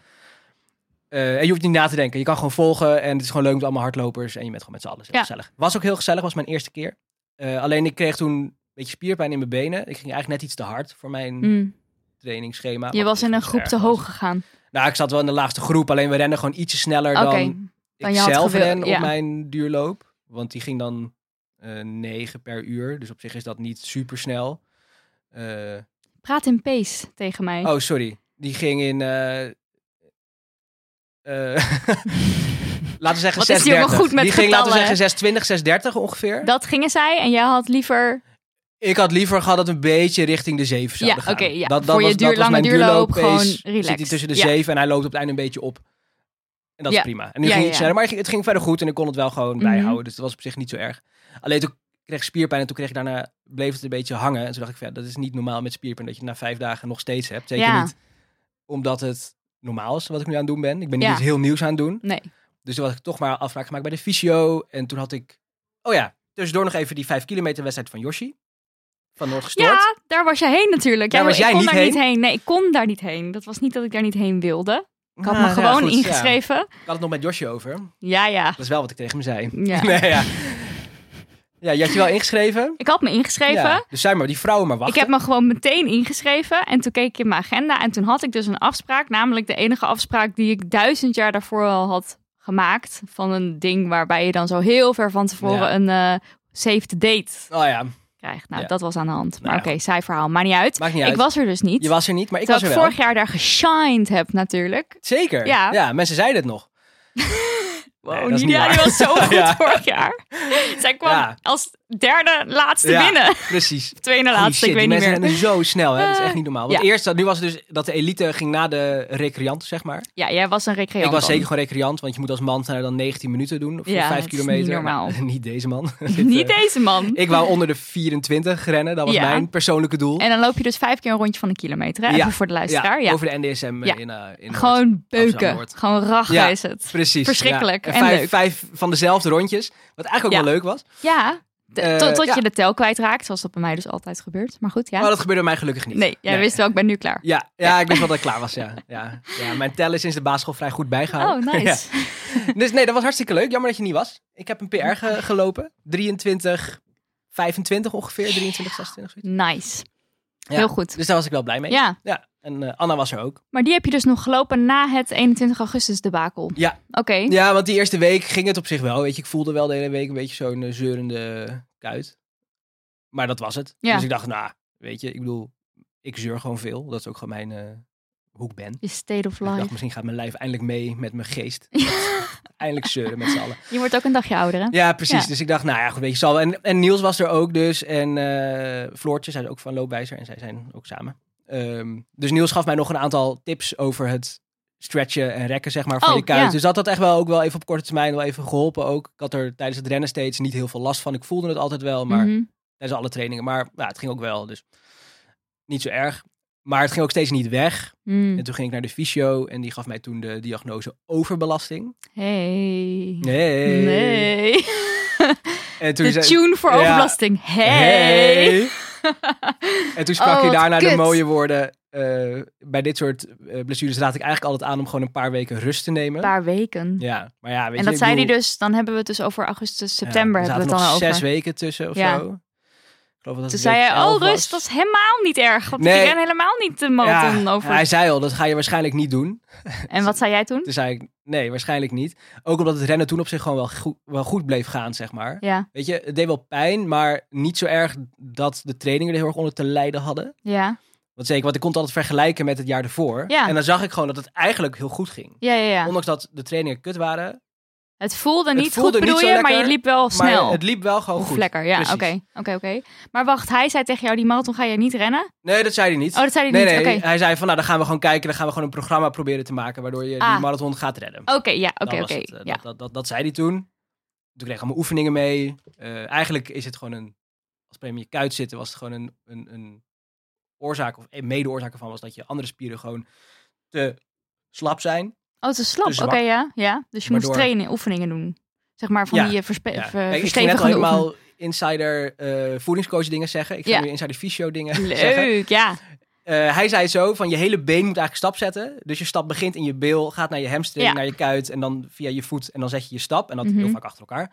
Eh, en je hoeft niet na te denken. Je kan gewoon volgen. En het is gewoon leuk met allemaal hardlopers. En je bent gewoon met z'n allen. Is heel
Ja.
gezellig. Was ook heel gezellig. Was mijn eerste keer. Eh, alleen ik kreeg toen een beetje spierpijn in mijn benen. Ik ging eigenlijk net iets te hard voor mijn
Mm.
trainingsschema.
Je
wat
was
dus
in een
niet zo
groep
erg
te
was.
hoog gegaan.
Nou, ik zat wel in de laagste groep. Alleen we rennen gewoon ietsje sneller
Oké,
dan
Dan
ik
je had
zelf
gewild,
ren
ja.
op mijn duurloop. Want die ging dan eh 9 per uur. Dus op zich is dat niet super snel.
praat in pace tegen mij.
oh, sorry. Die ging in. eh, eh, *laughs* laten we zeggen
Wat is die jongen
6.30.
goed met
die ging laten we
getallen, hè?
zeggen 6.20, 6.30 ongeveer.
*laughs* Dat gingen zij en jij had liever...
Ik had liever gehad dat we een beetje richting de 7
Ja,
zouden
oké,
gaan.
ja.
Dat, dat
Voor je
was,
duur-
dat was
lange
mijn
duurloop
duurlooppace.
gewoon
Zit hij
relaxed.
tussen de
Ja.
7 en hij loopt op het einde een beetje op. En dat
Ja.
is prima. En nu
Ja,
ging
ja,
het
ja.
sneller, maar het ging- het ging verder goed en ik kon het wel gewoon
Mhm.
bijhouden. Dus dat was op zich niet zo erg. Alleen toen kreeg ik spierpijn en toen kreeg ik daarna, bleef het een beetje hangen. En toen dacht ik, van, ja, dat is niet normaal met spierpijn dat je na vijf dagen nog steeds hebt. Zeker
Ja.
niet omdat het normaal is wat ik nu aan het doen ben. Ik ben niet
Ja.
iets heel nieuws aan het doen.
Nee.
Dus toen had ik toch maar afspraak gemaakt bij de fysio. En toen had ik, oh ja, tussendoor nog even die vijf kilometer wedstrijd van Yoshi. Van Noordgestoord.
Ja, daar was jij heen natuurlijk.
Daar
Ja,
was
ik
jij
kon
niet
daar
heen?
niet heen. Nee, ik kon daar niet heen. Dat was niet dat ik daar niet heen wilde. Ik had
Nou,
me
nou ja,
gewoon
goed, ja.
ingeschreven.
Ik had het nog met Josje over.
Ja. ja,
*laughs* Dat is wel wat ik tegen hem zei.
Ja.
*laughs* nee, ja. ja, je had je wel ingeschreven.
Ik had me ingeschreven.
Ja, dus zijn maar die vrouwen maar
ik
wachten.
heb me gewoon meteen ingeschreven. En toen keek ik in mijn agenda. En toen had ik dus een afspraak. Namelijk de enige afspraak die ik duizend jaar daarvoor al had gemaakt. Van een ding waarbij je dan zo heel ver van tevoren
Ja.
een eh save the date
Oh ja,
krijgt. Nou,
Ja.
dat was aan de hand. Maar
Nou ja,
oké, saai verhaal. Maar niet uit.
maakt niet
Ik
uit.
was er dus niet.
Je was er niet, maar ik
Terwijl
was er
ik
wel.
vorig jaar daar geshined heb natuurlijk.
Zeker.
Ja.
mensen zeiden het nog.
Wow,
Nee, dat is niet
Nidia
waar.
die was
*laughs*
zo goed
Ja.
vorig
*laughs*
jaar. Zij kwam
Ja.
als derde laatste
Ja.
binnen.
*laughs* Precies.
Tweede *laughs*
Holy
laatste,
shit,
ik weet
die
niet meer.
mensen zijn zo snel, hè? Dat is echt niet normaal. Want
Ja.
eerst, nu was het dus dat de elite ging na de recreant, zeg maar.
Ja, jij was een recreant.
Ik was
dan.
zeker gewoon recreant, want je moet als man zijn er dan 19 minuten doen. Of
Ja,
5
dat is
kilometer.
niet normaal.
Nou, *laughs* niet deze man.
*laughs*
eh,
Niet deze
*laughs*
man.
Ik wou onder de 24 rennen. Dat was
Ja.
mijn persoonlijke doel.
En dan loop je dus vijf keer een rondje van een kilometer. Hè?
Ja.
Even voor de luisteraar. Ja.
Over de NDSM
Ja.
in, eh, in Noord.
Gewoon
Amsterdam
beuken.
Noord.
Gewoon rachen
Ja.
is het.
Precies.
verschrikkelijk
ja.
en
vijf,
leuk.
Vijf van dezelfde rondjes. Wat eigenlijk ook
Ja.
wel leuk was.
Ja, t-
Eh,
tot- tot
ja.
je de tel kwijtraakt. Zoals dat bij mij dus altijd gebeurt. Maar goed, ja.
Maar dat gebeurde mij gelukkig niet.
Nee, jij
Nee.
wist wel, ik ben nu klaar.
Ja, ja, ik wist wel dat ik klaar was. Ja. Ja. Ja, mijn tellen is sinds de basisschool vrij goed
Oh,
*laughs* bijgehouden.
nice.
Ja. Dus nee, dat was hartstikke leuk. Jammer dat je niet was. Ik heb een PR ge- gelopen. 23, 25 ongeveer. 23, 26. zoiets.
Nice.
Ja.
Heel goed.
Dus daar was ik wel blij mee.
Ja,
Ja. En eh, Anna was er ook.
maar die heb je dus nog gelopen na het 21 augustus debakel.
Ja.
Oké.
Ja, want die eerste week ging het op zich wel. Weet je, ik voelde wel de hele week een beetje zo'n eh, zeurende kuit. Maar dat was het.
Ja.
Dus ik dacht, nou, weet je, ik bedoel, ik zeur gewoon veel. Dat is ook gewoon mijn eh hoe ik ben.
Je state of
Dus ik dacht,
life.
misschien gaat mijn lijf eindelijk mee met mijn
*laughs*
geest. Eindelijk zeuren met z'n allen.
Je wordt ook een dagje ouder, hè?
Ja, precies.
Ja.
Dus ik dacht, nou ja, goed, weet je, zal wel. En, en Niels was er ook dus. En eh Floortje, zij is ook van Loopwijzer. En zij zijn ook samen. Ehm, dus Niels gaf mij nog een aantal tips over het stretchen en rekken, zeg maar, van
Oh,
je kuit.
ja.
Dus dat had echt wel ook wel even op korte termijn wel even geholpen ook. Ik had er tijdens het rennen steeds niet heel veel last van. Ik voelde het altijd wel, maar
Mhm.
tijdens alle trainingen. Maar ja, het ging ook wel, dus niet zo erg. Maar het ging ook steeds niet weg.
Mm.
En toen ging ik naar de fysio en die gaf mij toen de diagnose overbelasting.
Hey.
Nee.
Nee.
En
*laughs*
toen
De
zei-
tune voor
Ja.
overbelasting. Hey. *laughs*
en toen sprak
Oh,
hij
wat
daarna de
kut.
mooie woorden. eh, bij dit soort eh, blessures raad ik eigenlijk altijd aan om gewoon een paar weken rust te nemen.
Een paar weken.
Ja, maar ja, weet
en
je,
dat
ik
zei hij
bedoel,
dus, dan hebben we het dus over augustus,
ja,
september
er
hebben we het
zaten
dan
nog
over.
zes weken tussen of
Ja.
zo. geloof dat het
Toen
week
zei hij,
11
oh
was.
rust, dat is helemaal niet erg. Want
Nee.
ik ren helemaal niet de marathon
Ja,
over.
Hij zei al, dat ga je waarschijnlijk niet doen.
En wat zei jij toen?
Toen zei ik, nee, waarschijnlijk niet. Ook omdat het rennen toen op zich gewoon wel goed, wel goed bleef gaan, zeg maar.
Ja,
Weet je, het deed wel pijn, maar niet zo erg dat de trainingen er heel erg onder te lijden hadden.
ja,
Want zeker, want ik kon het altijd vergelijken met het jaar ervoor.
Ja.
En dan zag ik gewoon dat het eigenlijk heel goed ging.
ja, ja. ja.
Ondanks dat de trainingen kut waren,
Het voelde niet
voelde
goed,
niet
bedoel
zo
je, maar
lekker,
je liep wel snel.
maar het liep wel gewoon
Of
goed.
lekker, ja, oké.
Precies.
Oké, oké. Maar wacht, hij zei tegen jou, die marathon ga je niet rennen?
Nee, dat zei hij niet.
Oh, dat zei hij
nee,
niet,
nee,
oké.
hij zei van, nou, dan gaan we gewoon kijken, dan gaan we gewoon een programma proberen te maken, waardoor je
Ah.
die marathon gaat redden.
Oké, ja, oké,
Dat was
oké.
het, eh,
ja.
dat, dat, dat, dat zei hij toen. Toen kreeg ik allemaal oefeningen mee. Eh, eigenlijk is het gewoon een... Als we in je kuit zitten, was het gewoon een, een, een oorzaak... of een mede-oorzaak ervan was dat je andere spieren gewoon te slap zijn.
Oh, het is slap,
te
oké,
zwak.
ja, ja. Dus je moest
Waardoor-
trainen, oefeningen doen. Zeg maar van
Ja,
die eh, verspe-
Ja.
ver-
Kijk, ik ging net al
verstevigende
helemaal
oefeningen.
insider eh, voedingscoach dingen zeggen. Ik ga
Ja.
nu insider fysio dingen *laughs* zeggen.
Leuk, ja.
Eh, hij zei zo van je hele been moet eigenlijk stap zetten. Dus je stap begint in je bil, gaat naar je hamstring,
Ja.
naar je kuit en dan via je voet en dan zet je je stap. En dat heel
Mhm.
vaak achter elkaar.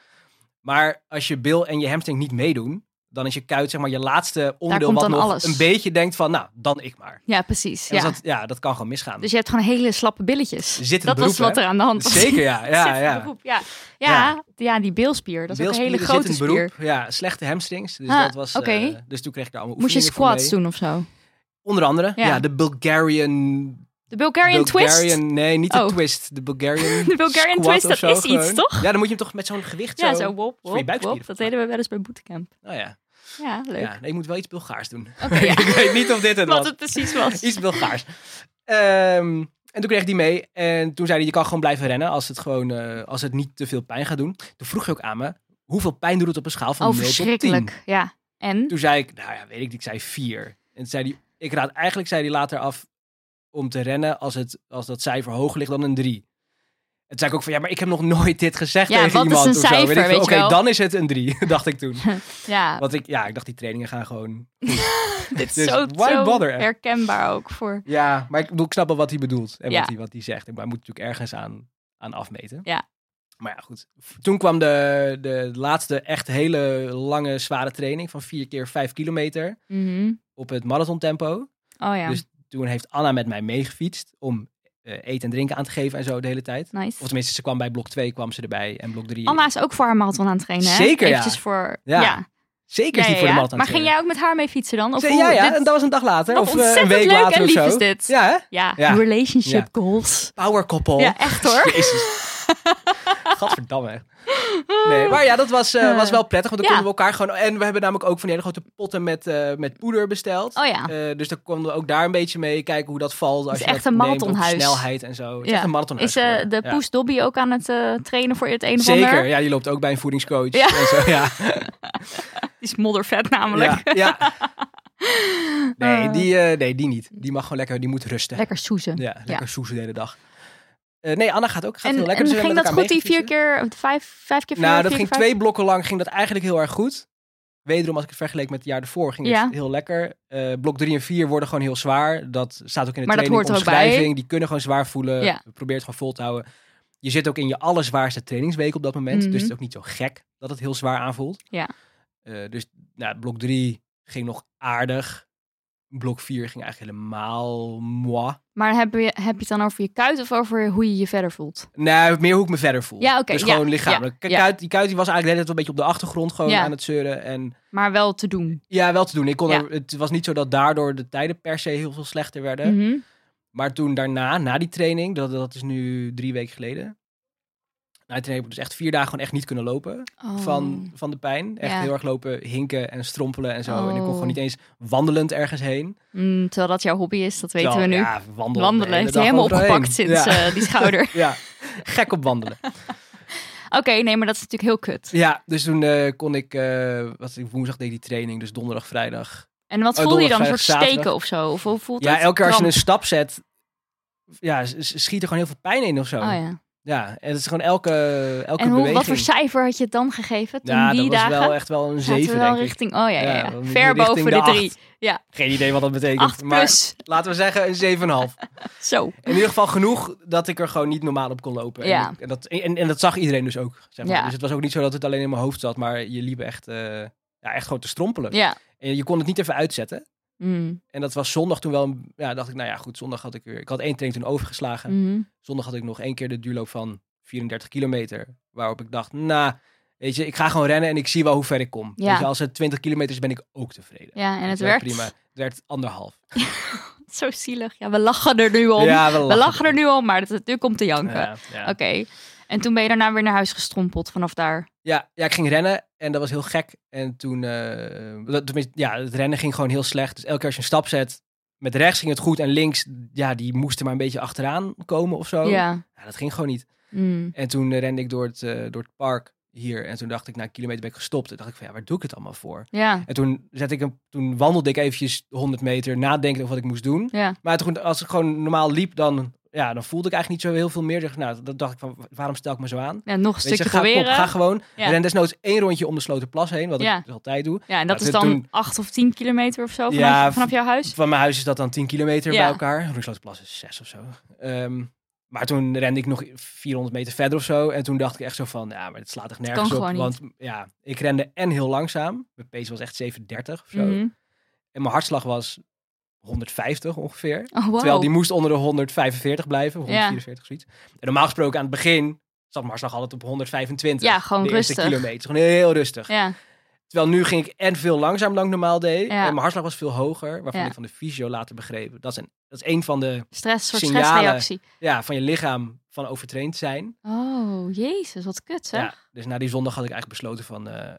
Maar als je bil en je hamstring niet meedoen, dan is je kuit zeg maar je laatste onderdeel
komt
wat
dan
nog
alles.
een beetje denkt van nou, dan ik maar.
Ja, precies.
En
Ja.
als Dat, ja, dat kan gewoon misgaan.
Dus je hebt gewoon hele slappe billetjes.
Zittend
dat was
beroep,
wat
hè?
er aan de hand was. *laughs*
Zeker ja, ja,
Zittend
ja.
beroep, ja. Ja, ja, die beelspier, dat is ook een hele
Beelspieren,
grote
zittend
spier.
beroep. Ja, slechte hamstrings. Dus,
Ah,
dat was,
oké.
eh, dus toen kreeg ik daar allemaal
Moest je
oefeningen voor
squats
mee.
doen of zo?
Onder andere, ja.
Ja.
de Bulgarian
De Bulgarian, twist?
Bulgarian- Nee, niet de
Oh.
twist. De Bulgarian,
*laughs* De Bulgarian
squat
twist,
of
dat
zo
is iets,
gewoon.
toch?
Ja, dan moet je hem toch met zo'n gewicht
Ja,
zo...
zo wop,
voor je
wop,
buikspieren.
wop. Dat deden we wel eens bij bootcamp.
Oh ja.
Ja, leuk.
ja nee, ik moet wel iets Bulgaars doen.
Oké, ja.
*laughs* ik weet niet of dit het
Wat
was.
het precies was.
Iets Bulgaars. Ehm, en toen kreeg ik die mee. En toen zei hij, je kan gewoon blijven rennen als het, gewoon, eh, als het niet te veel pijn gaat doen. Toen vroeg hij ook aan me, hoeveel pijn doet het op een schaal van
Oh,
0 tot 10?
verschrikkelijk. Ja. En?
Toen zei ik, nou ja, weet ik niet. Ik zei 4. En toen zei hij, ik raad eigenlijk, zei hij later af, om te rennen als, het, als dat cijfer hoger ligt dan een 3. En toen zei ik ook van, ja, maar ik heb nog nooit dit gezegd
Ja,
tegen
wat is
iemand.
een
of zo.
cijfer,
Weet ik veel.
weet je
Oké,
wel?
dan is het een 3, *laughs* dacht ik toen.
Ja,
Want ik, ja, ik dacht, die trainingen
*laughs*
gaan gewoon...
dit is
dus
zo,
why
zo
bother, echt?
herkenbaar ook voor...
Ja, maar ik, bedoel, ik snap wel wat hij bedoelt en
Ja.
wat, hij, wat hij zegt. Maar hij moet natuurlijk ergens aan, aan afmeten.
Ja.
Maar ja, goed. Toen kwam de, de laatste echt hele lange, zware training van 4 keer 5 kilometer
Mhm.
op het marathon tempo.
Oh ja,
Dus toen heeft Anna met mij meegefietst om eh, eten en drinken aan te geven en zo de hele tijd. Of
nice.
tenminste, ze kwam bij blok 2 kwam ze erbij en blok 3.
Anna is ook voor haar marathon aan het trainen, hè?
Zeker, ja.
Eventjes voor...
Ja. Zeker is die
ja,
voor
ja.
de marathon.
Maar ging jij ook met haar mee fietsen dan? Of
Ze-
hoe-
ja, ja,
dit-
en dat was een dag later.
Wat
of eh, een
ontzettend
week
leuk
later
en
of
lief
zo.
is dit.
Ja, hè?
Ja,
Ja.
relationship
Ja.
goals.
Power couple.
Ja, echt hoor.
Jezus. *laughs* Gadverdamme. Nee, maar ja, dat was, eh, was wel prettig. Want dan
Ja.
konden we elkaar gewoon... En we hebben namelijk ook van die hele grote potten met, eh, met poeder besteld.
*laughs* Oh ja.
Eh, dus dan konden we ook daar een beetje mee kijken hoe dat valt. Als
Het is
je
echt
dat
een
neemt op
marathonhuis.
snelheid en zo. Het is
Ja.
echt een marathonhuis
Is eh,
geworden.
de
Ja.
poes Dobby ook aan het eh, trainen voor het een of ander?
Zeker, ja, die loopt ook bij een voedingscoach.
Ja.
En zo, ja.
Die is moddervet *laughs* namelijk.
ja,
*laughs*
ja. Nee,
Eh.
die, eh, nee, die niet. Die mag gewoon lekker, die moet rusten.
Lekker soezen.
Ja, lekker soezen de hele dag. Eh, nee, Anna gaat ook gaat heel
en
lekker.
en
Dus we
ging
hebben
dat goed
met
die
elkaar
vier
meegefietst.
keer, vijf, vijf keer vier?
Nou, dat
vier
ging
keer vijf?
twee blokken lang, ging dat eigenlijk heel erg goed. Wederom, als ik het vergeleek met het jaar ervoor, ging
Ja.
het heel lekker. Eh, blok 3 en 4 worden gewoon heel zwaar. Dat staat ook in de
Maar dat
training,
hoort er ook bij.
omschrijving. Die kunnen gewoon zwaar voelen.
Ja.
Probeer het gewoon vol te houden. Je zit ook in je allerzwaarste trainingsweek op dat moment.
Mhm.
Dus het is ook niet zo gek dat het heel zwaar aanvoelt.
Ja.
Eh, dus nou, blok 3 ging nog aardig. Blok 4 ging eigenlijk helemaal moi.
Maar heb je, heb je het dan over je kuit of over hoe je je verder voelt?
Nee, Nou, meer hoe ik me verder voel.
Ja, oké,
Dus
ja,
gewoon lichamelijk.
ja,
Kijk,
ja.
Kuit, die kuit die was eigenlijk net een beetje op de achtergrond gewoon
Ja.
aan het zeuren. En
Maar wel te doen.
ja, wel te doen. Ik kon
Ja.
er- het was niet zo dat daardoor de tijden per se heel veel slechter werden.
Mhm.
Maar toen daarna, na die training, dat, dat is nu drie weken geleden. Na die training heb ik dus echt vier dagen gewoon echt niet kunnen lopen
Oh.
van, van de pijn. Echt
Ja.
heel erg lopen hinken en strompelen en zo. En ik kon
Oh.
gewoon niet eens wandelend ergens heen.
Mm, terwijl dat jouw hobby is, dat weten
Terwijl,
we nu.
Ja, wandelen. de
Wandelen
hele
heeft hij
dag
helemaal
overheen.
opgepakt sinds
Ja.
eh, die schouder.
*laughs* ja, gek op wandelen.
Oké, nee, maar dat is natuurlijk heel kut.
Ja, dus toen eh, kon ik, eh, wat, ik- woensdag deed ik die training, dus donderdag, vrijdag.
En wat
Oh,
voelde je dan? Een soort
donderdag, vrijdag,
steken of zo? Of hoe voelt
Ja,
het?
elke keer als je een
Kramp?
stap zet, ja, s- s- schiet er gewoon heel veel pijn in of zo.
Oh ja.
Ja, en het is gewoon elke, elke
En hoe,
beweging.
wat voor cijfer had je het dan gegeven toen
ja,
die
dat
dagen?
was wel echt wel een
Zaten we
7,
wel
denk ik.
richting, oh ja, ja,
Ja,
ja.
wel meer
ver
richting
boven de,
de acht.
drie. Ja,
Geen idee wat dat betekent,
acht
maar
plus.
laten we zeggen een 7,5.
Zo.
In ieder geval genoeg dat ik er gewoon niet normaal op kon lopen. En
Ja.
ik- En, dat, en, en dat zag iedereen dus ook, zeg maar.
Ja.
Dus het was ook niet zo dat het alleen in mijn hoofd zat, maar je liep echt... eh, ja, echt gewoon te strompelen.
Ja.
En je kon het niet even uitzetten.
Mm.
En dat was zondag toen wel. een- Ja, dacht ik, nou ja, goed. Zondag had ik weer. Ik had één training toen overgeslagen.
Mhm.
Zondag had ik nog één keer de duurloop van 34 kilometer. Waarop ik dacht, nou, weet je, ik ga gewoon rennen en ik zie wel hoe ver ik kom.
Ja.
Weet je, als het 20 kilometer is, ben ik ook tevreden.
Ja, en
Weet
het
je wel,
werkt.
Prima. Het werd anderhalf.
*laughs* Zo zielig. Ja, we lachen er nu om.
Ja,
we lachen er nu om, maar het is natuurlijk om te janken.
Ja, ja.
Oké. En toen ben je daarna weer naar huis gestrompeld vanaf daar.
Ja, ja, ik ging rennen en dat was heel gek. En toen, eh, dat- tenminste, ja, het rennen ging gewoon heel slecht. Dus elke keer als je een stap zet, met rechts ging het goed en links, ja, die moesten maar een beetje achteraan komen of zo.
Ja.
Ja, dat ging gewoon niet.
Mm.
En toen eh, rende ik door het, eh, door het park hier en toen dacht ik, na een kilometer ben ik gestopt. En dacht ik van, ja, waar doe ik het allemaal voor?
Ja.
En toen, zet ik hem, toen wandelde ik eventjes 100 meter, nadenkend over wat ik moest doen.
Ja.
Maar toen, als ik gewoon normaal liep, dan, ja, dan voelde ik eigenlijk niet zo heel veel meer. Dus, nou, dan dacht ik van, waarom stel ik me zo aan?
ja. Nog een
Weet je,
stukje
ga, op,
proberen.
ga gewoon.
Ja.
Ren desnoods één rondje om de Sloterplas heen, wat
Ja.
ik dus altijd doe.
Ja, en dat
Ja,
is
toen-
dan
toen-
acht of tien kilometer of zo vanaf,
Ja,
vanaf jouw huis.
Van mijn huis is dat dan 10 kilometer
Ja.
bij elkaar. De Sloterplas is 6 of zo. Ehm, maar toen rende ik nog 400 meter verder of zo. En toen dacht ik echt zo van, ja, maar het slaat echt nergens op.
gewoon niet.
Want ja, ik rende en heel langzaam. Mijn pace was echt 37 of zo.
Mhm.
En mijn hartslag was 150 ongeveer.
Oh, wow.
Terwijl die moest onder de 145 blijven, 144 zoiets. En normaal gesproken aan het begin zat mijn hartslag altijd op 125.
Ja, gewoon
de eerste
rustig.
kilometer. Gewoon heel rustig.
Ja.
Terwijl nu ging ik en veel langzaam dan ik normaal deed.
Ja.
En mijn hartslag was veel hoger. Waarvan
Ja.
ik van de fysio later begreep. Dat is een, dat is een van de,
Stress, soort
Signalen.
stressreactie.
ja, van je lichaam van overtraind zijn.
Oh, jezus, wat kut zeg.
Ja, dus na die zondag had ik eigenlijk besloten van, eh,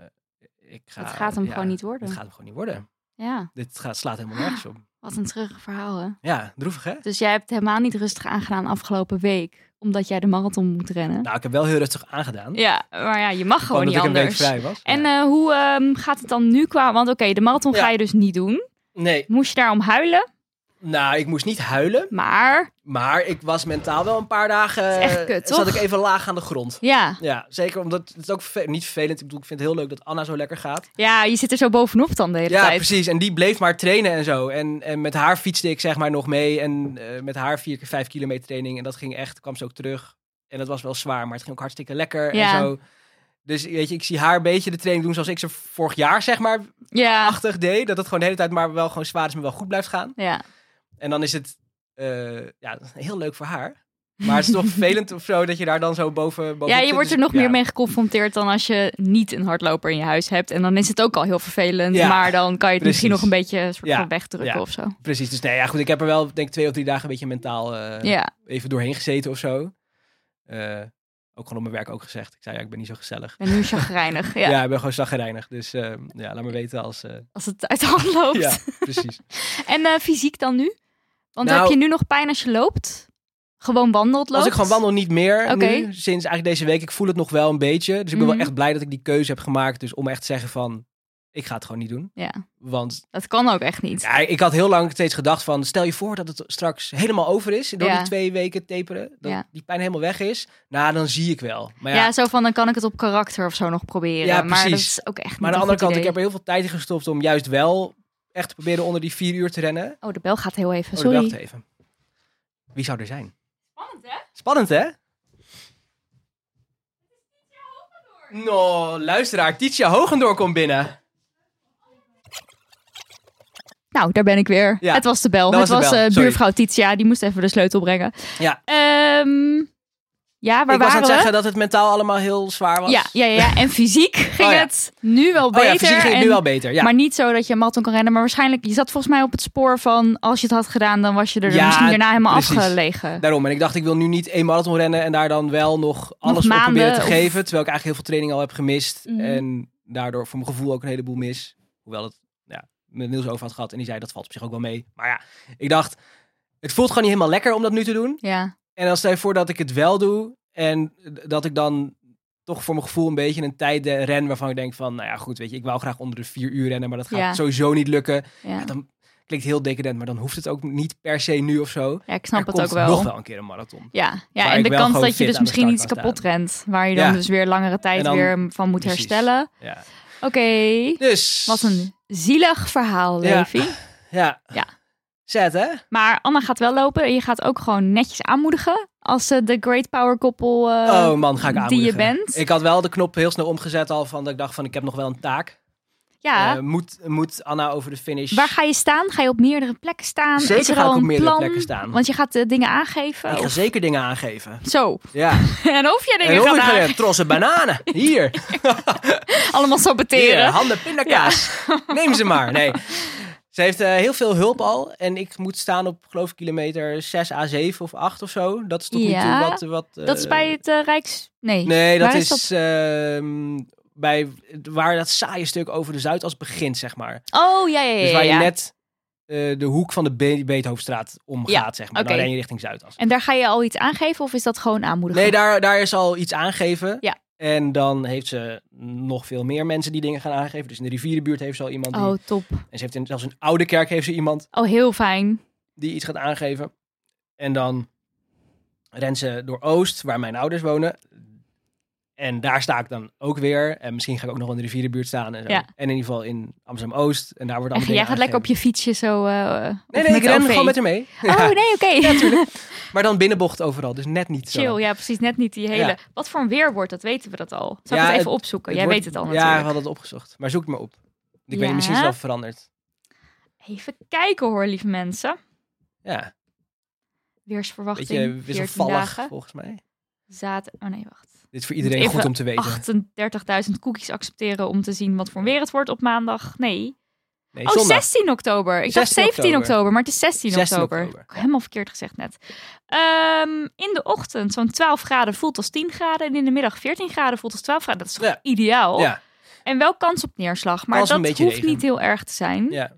ik ga...
Het gaat hem
ja,
gewoon niet worden.
Het gaat hem gewoon niet worden.
Ja,
Dit gaat, slaat helemaal nergens op.
wat een terug verhaal hè.
Ja, droevig hè?
Dus jij hebt het helemaal niet rustig aangedaan afgelopen week. Omdat jij de marathon moet rennen.
Nou, ik heb wel heel rustig aangedaan.
Ja, maar ja, je mag gewoon
omdat
niet
ik een week
anders.
vrij was.
En
Ja.
eh, hoe ehm, gaat het dan nu qua... Want oké, de marathon
Ja.
ga je dus niet doen.
Nee,
Moest je daarom huilen.
nou, ik moest niet huilen.
Maar
Maar ik was mentaal wel een paar dagen...
is echt kut,
Zat
toch?
ik even laag aan de grond.
ja,
Ja, zeker omdat het is ook verve- niet vervelend. Ik bedoel, ik vind het heel leuk dat Anna zo lekker gaat.
ja, je zit er zo bovenop dan de hele
Ja,
tijd.
precies. En die bleef maar trainen en zo. En, en met haar fietste ik zeg maar nog mee. En eh, met haar vier keer vijf kilometer training. En dat ging echt, kwam ze ook terug. En dat was wel zwaar, maar het ging ook hartstikke lekker
Ja.
en zo. Dus weet je, ik zie haar een beetje de training doen zoals ik ze vorig jaar zeg maar
Ja,
achtig deed. Dat het gewoon de hele tijd maar wel gewoon zwaar is, maar wel goed blijft gaan.
ja.
En dan is het eh, ja, *laughs* heel leuk voor haar. Maar het
*laughs*
is toch vervelend of zo dat je daar dan zo boven... boven
ja je
zit.
wordt er
Dus,
nog
ja.
meer mee geconfronteerd dan als je niet een hardloper in je huis hebt. En dan is het ook al heel vervelend.
Ja,
maar dan kan je het misschien nog
precies.
een beetje een soort
Ja,
van wegdrukken
ja.
of zo.
Precies, dus nee, ja, goed. Ik heb er wel denk ik twee of drie dagen een beetje mentaal eh,
Ja,
even doorheen gezeten of zo. Eh, ook gewoon op mijn werk ook gezegd. Ik zei, ja, ik ben niet zo gezellig.
en nu
*laughs*
chagrijnig. Ja,
Ja, ik ben gewoon zagrijnig. Dus eh, ja, laat me weten als... eh,
Als het uit de hand loopt.
ja,
*laughs*
precies.
En eh, fysiek dan nu? Want
Nou-
heb je nu nog pijn als je loopt? Gewoon wandelt, loopt?
Als ik gewoon wandel, niet meer
Oké.
nu. Sinds eigenlijk deze week. Ik voel het nog wel een beetje. Dus ik ben
Mhm.
wel echt blij dat ik die keuze heb gemaakt. Dus om echt te zeggen van, ik ga het gewoon niet doen.
Ja,
Want
dat kan ook echt niet.
ja, ik had heel lang steeds gedacht van, stel je voor dat het straks helemaal over is. Door
Ja.
die twee weken taperen. Dat
Ja.
die pijn helemaal weg is. Nou, dan zie ik wel. Maar
Ja. zo van dan kan ik het op karakter of zo nog proberen.
Ja,
Maar dat
precies.
is ook echt
Maar
niet
aan de
een
andere
goed
kant, ik
idee.
heb er heel veel tijd in gestopt om juist wel echt te proberen onder die vier uur te rennen.
Oh, de bel gaat heel even.
Oh, wacht
Sorry.
even. Wie zou er zijn?
Spannend, hè?
Spannend, hè? No, luisteraar, Titia Hogendoor komt binnen.
Nou, daar ben ik weer.
Ja,
het was de bel.
dat
het
was de
was,
bel.
eh,
Sorry.
buurvrouw Titia. Die moest even de sleutel brengen.
Ja.
Ehm, ja, waar
ik was aan
waren
het
we?
zeggen dat het mentaal allemaal heel zwaar was. Oh,
ja, ja, ja, ja. En fysiek ging
ja.
het nu wel
Oh
beter.
ja, fysiek ging het
en-
nu wel beter. Ja,
Maar niet zo dat je een marathon kan rennen. Maar waarschijnlijk, je zat volgens mij op het spoor van... als je het had gedaan, dan was je er
Ja,
misschien daarna helemaal
precies.
afgelegen.
daarom. En ik dacht, ik wil nu niet één marathon rennen en daar dan wel nog alles voor
maanden
proberen te
of-
geven. Terwijl ik eigenlijk heel veel training al heb gemist.
Mhm.
En daardoor voor mijn gevoel ook een heleboel mis. Hoewel het ja, met Niels over had gehad. En die zei, dat valt op zich ook wel mee. Maar ja, ik dacht, het voelt gewoon niet helemaal lekker om dat nu te doen.
Ja,
En dan stel je voor dat ik het wel doe. En dat ik dan toch voor mijn gevoel een beetje een tijd eh, ren waarvan ik denk van, nou ja, goed, weet je, ik wou graag onder de vier uur rennen, maar dat gaat
Ja.
sowieso niet lukken.
ja.
Ja, dan klinkt heel decadent, maar dan hoeft het ook niet per se nu of zo.
ja ik snap
Er
het
komt
ook wel.
nog wel een keer een marathon.
Ja, ja
Waar
en
ik
de
wel
kans
gewoon
dat je
fit
dus
aan de
misschien
start
iets
kan
kapot
staan.
rent. Waar je dan
Ja.
dus weer langere tijd
En dan-
weer van moet
Precies.
herstellen.
Ja.
Oké,
Dus.
wat een zielig verhaal,
Ja.
Levi.
Ja.
Ja.
Zet, hè?
Maar Anna gaat wel lopen en je gaat ook gewoon netjes aanmoedigen... als ze de Great Power koppel... eh,
oh man, ga ik
die
aan.
je bent?
Ik had wel de knop heel snel omgezet al van dat ik dacht van ik heb nog wel een taak.
Ja.
Eh, moet, moet Anna over de finish?
Waar ga je staan? Ga je op meerdere plekken staan?
Zeker
Is er
ga
al
ik op
een
meerdere
plan?
plekken staan.
Want je gaat eh, dingen aangeven.
Ik ga
Of-
zeker dingen aangeven.
Zo. *laughs*
Ja.
en of jij
En
dingen
hoe
gaat
ik ga
aangeven.
trossen bananen.
*laughs*
Hier.
Allemaal
Hier,
saboteren.
handen pindakaas. *laughs* Neem ze maar. Nee. Ze heeft eh, heel veel hulp al. En ik moet staan op, geloof ik, kilometer 6 A7 of 8 of zo. Dat is tot nu
Ja,
toe wat... wat
Dat is
eh,
bij het eh, Rijks... Nee.
Nee, dat
Waar
is,
is dat?
ehm, bij waar dat saaie stuk over de Zuidas begint, zeg maar.
Oh, ja, ja, ja.
Dus waar je
ja.
net eh, de hoek van de Be- Beethovenstraat omgaat,
Ja,
zeg maar.
oké.
Dan ren je richting Zuidas.
En daar ga je al iets aangeven of is dat gewoon aanmoedigen?
Nee, daar, daar is al iets aangegeven.
Ja.
En dan heeft ze nog veel meer mensen die dingen gaan aangeven. Dus in de rivierenbuurt heeft ze al iemand. Die,
Oh, top.
En ze heeft in, zelfs in Oude Kerk heeft ze iemand
Oh, heel fijn.
die iets gaat aangeven. En dan rent ze door Oost, waar mijn ouders wonen. En daar sta ik dan ook weer. En misschien ga ik ook nog wel in de rivierenbuurt staan. En, zo.
Ja.
en in ieder geval in Amsterdam-Oost. En daar wordt
En
allemaal
jij gaat
dingen
lekker op
aangegeven.
je fietsje zo... eh,
Nee,
of
nee,
met
ik ren
de OV.
gewoon met haar mee.
Oh, nee, oké.
Maar dan binnenbocht overal, dus net niet zo.
Chill, ja, precies. Net niet die hele...
Ja.
Wat voor een weer wordt, dat weten we dat al. Zal
Ja,
ik het
het-
even opzoeken?
Het
Jij
wordt-
weet het al
Ja, we
natuurlijk.
hadden het opgezocht. Maar zoek het maar op. Ik
Ja.
weet misschien is het wel veranderd.
Even kijken hoor, lieve mensen.
Ja,
Weersverwachting,
beetje
14
wisselvallig
dagen.
volgens mij.
Zaad... Oh nee, wacht.
Dit is voor iedereen
Even
goed om te weten.
38.000 cookies accepteren om te zien wat voor weer het wordt op maandag. Nee.
Nee,
Oh,
zondag.
16 oktober. Ik dacht
16
17 oktober.
oktober,
maar het is 16,
16
oktober.
oktober.
Ik heb Helemaal verkeerd gezegd net. Ehm, in de ochtend zo'n 12 graden voelt als 10 graden. En in de middag 14 graden voelt als 12 graden. Dat is toch
Ja.
ideaal?
Ja,
En wel kans op neerslag. Maar
Kans op
dat
een
hoeft
beetje regen.
niet heel erg te zijn.
ja.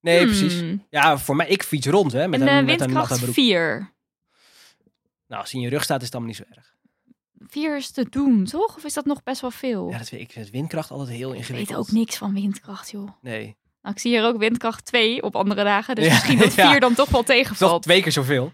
Nee,
Hmm.
precies. Ja, voor mij, ik fiets rond, hè. Met
en de
een, met een
windkracht
nachtbroek.
4.
Nou, als hij in je rug staat, is het allemaal niet zo erg.
4 is te doen, toch? Of is dat nog best wel veel?
Ja, dat weet ik. Ik vind windkracht altijd heel
ik weet
ingewikkeld.
ook niks van windkracht, joh.
Nee.
Nou, ik zie hier ook windkracht 2 op andere dagen. Dus
Ja,
misschien dat 4
*laughs* ja.
dan toch wel
Toch
tegenvalt.
twee keer zoveel.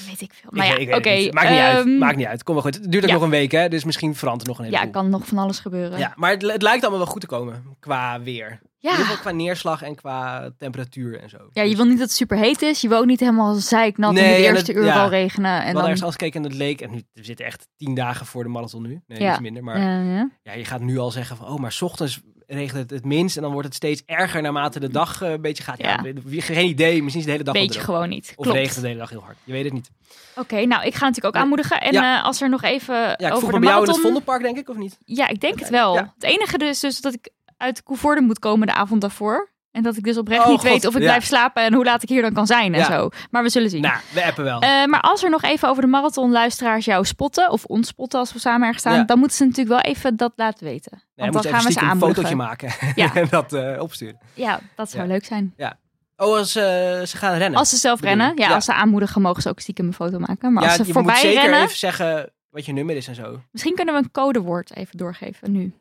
Ja, weet ik veel.
Ik
Maar
weet- ik
ja,
weet
oké.
het niet. Maakt niet uit.
ehm,
Maakt niet uit. Kom maar goed. Het duurt ook
ja.
nog een week, hè. Dus misschien verandert er nog een
Ja,
heleboel.
kan nog van alles gebeuren.
Ja, maar het, het lijkt allemaal wel goed te komen qua weer. In ieder geval
ja.
qua neerslag en qua temperatuur en zo. Dus
Ja, je wil niet dat het super heet is. Je wil ook niet helemaal zeiknat in
Nee,
de
en
eerste
het-
uur
ja.
al regenen. En
We hadden
dan...
ergens al eens gekeken en het leek, en nu- we zitten echt tien dagen voor de marathon nu. Nee,
Ja.
iets minder. Maar ja.
Ja, ja.
je gaat nu al zeggen van, oh, maar 's ochtends regent het het minst. En dan wordt het steeds erger naarmate de dag eh, een beetje gaat. Ja.
Ja.
wie- geen idee, misschien is de hele dag wel
Weet je
droog.
gewoon niet.
Of
Klopt.
regent het de hele dag heel hard. Je weet het niet.
Oké, nou, ik ga natuurlijk ook aanmoedigen. En
Ja.
eh, als er nog even
Ja, ik
over
vroeg
de
me bij jou in
marathon...
het Vondelpark, denk ik, of niet?
Ja, ik denk het wel.
Ja.
Het enige dus, dus dat ik uit Koevoorde moet komen de avond daarvoor. En dat ik dus oprecht
Oh,
niet
God,
weet of ik
ja.
blijf slapen en hoe laat ik hier dan kan zijn en
Ja.
zo. Maar we zullen zien.
Nou, we appen wel.
Eh, maar als er nog even over de marathon luisteraars jou spotten of ons spotten als we samen ergens staan,
Ja.
dan moeten ze natuurlijk wel even dat laten weten. Want
nee,
dan gaan we ze
een
aanmoedigen.
fotootje maken *laughs*
Ja.
en dat eh, opsturen.
Ja, dat zou
Ja.
leuk zijn.
Oh, als eh, ze gaan rennen.
Als ze zelf
bedoel je?
rennen, ja,
Ja.
als ze aanmoedigen, mogen ze ook stiekem een foto maken. Maar
ja,
als ze
je
voorbij
moet zeker
rennen,
even zeggen wat je nummer is en zo.
misschien kunnen we een codewoord even doorgeven nu.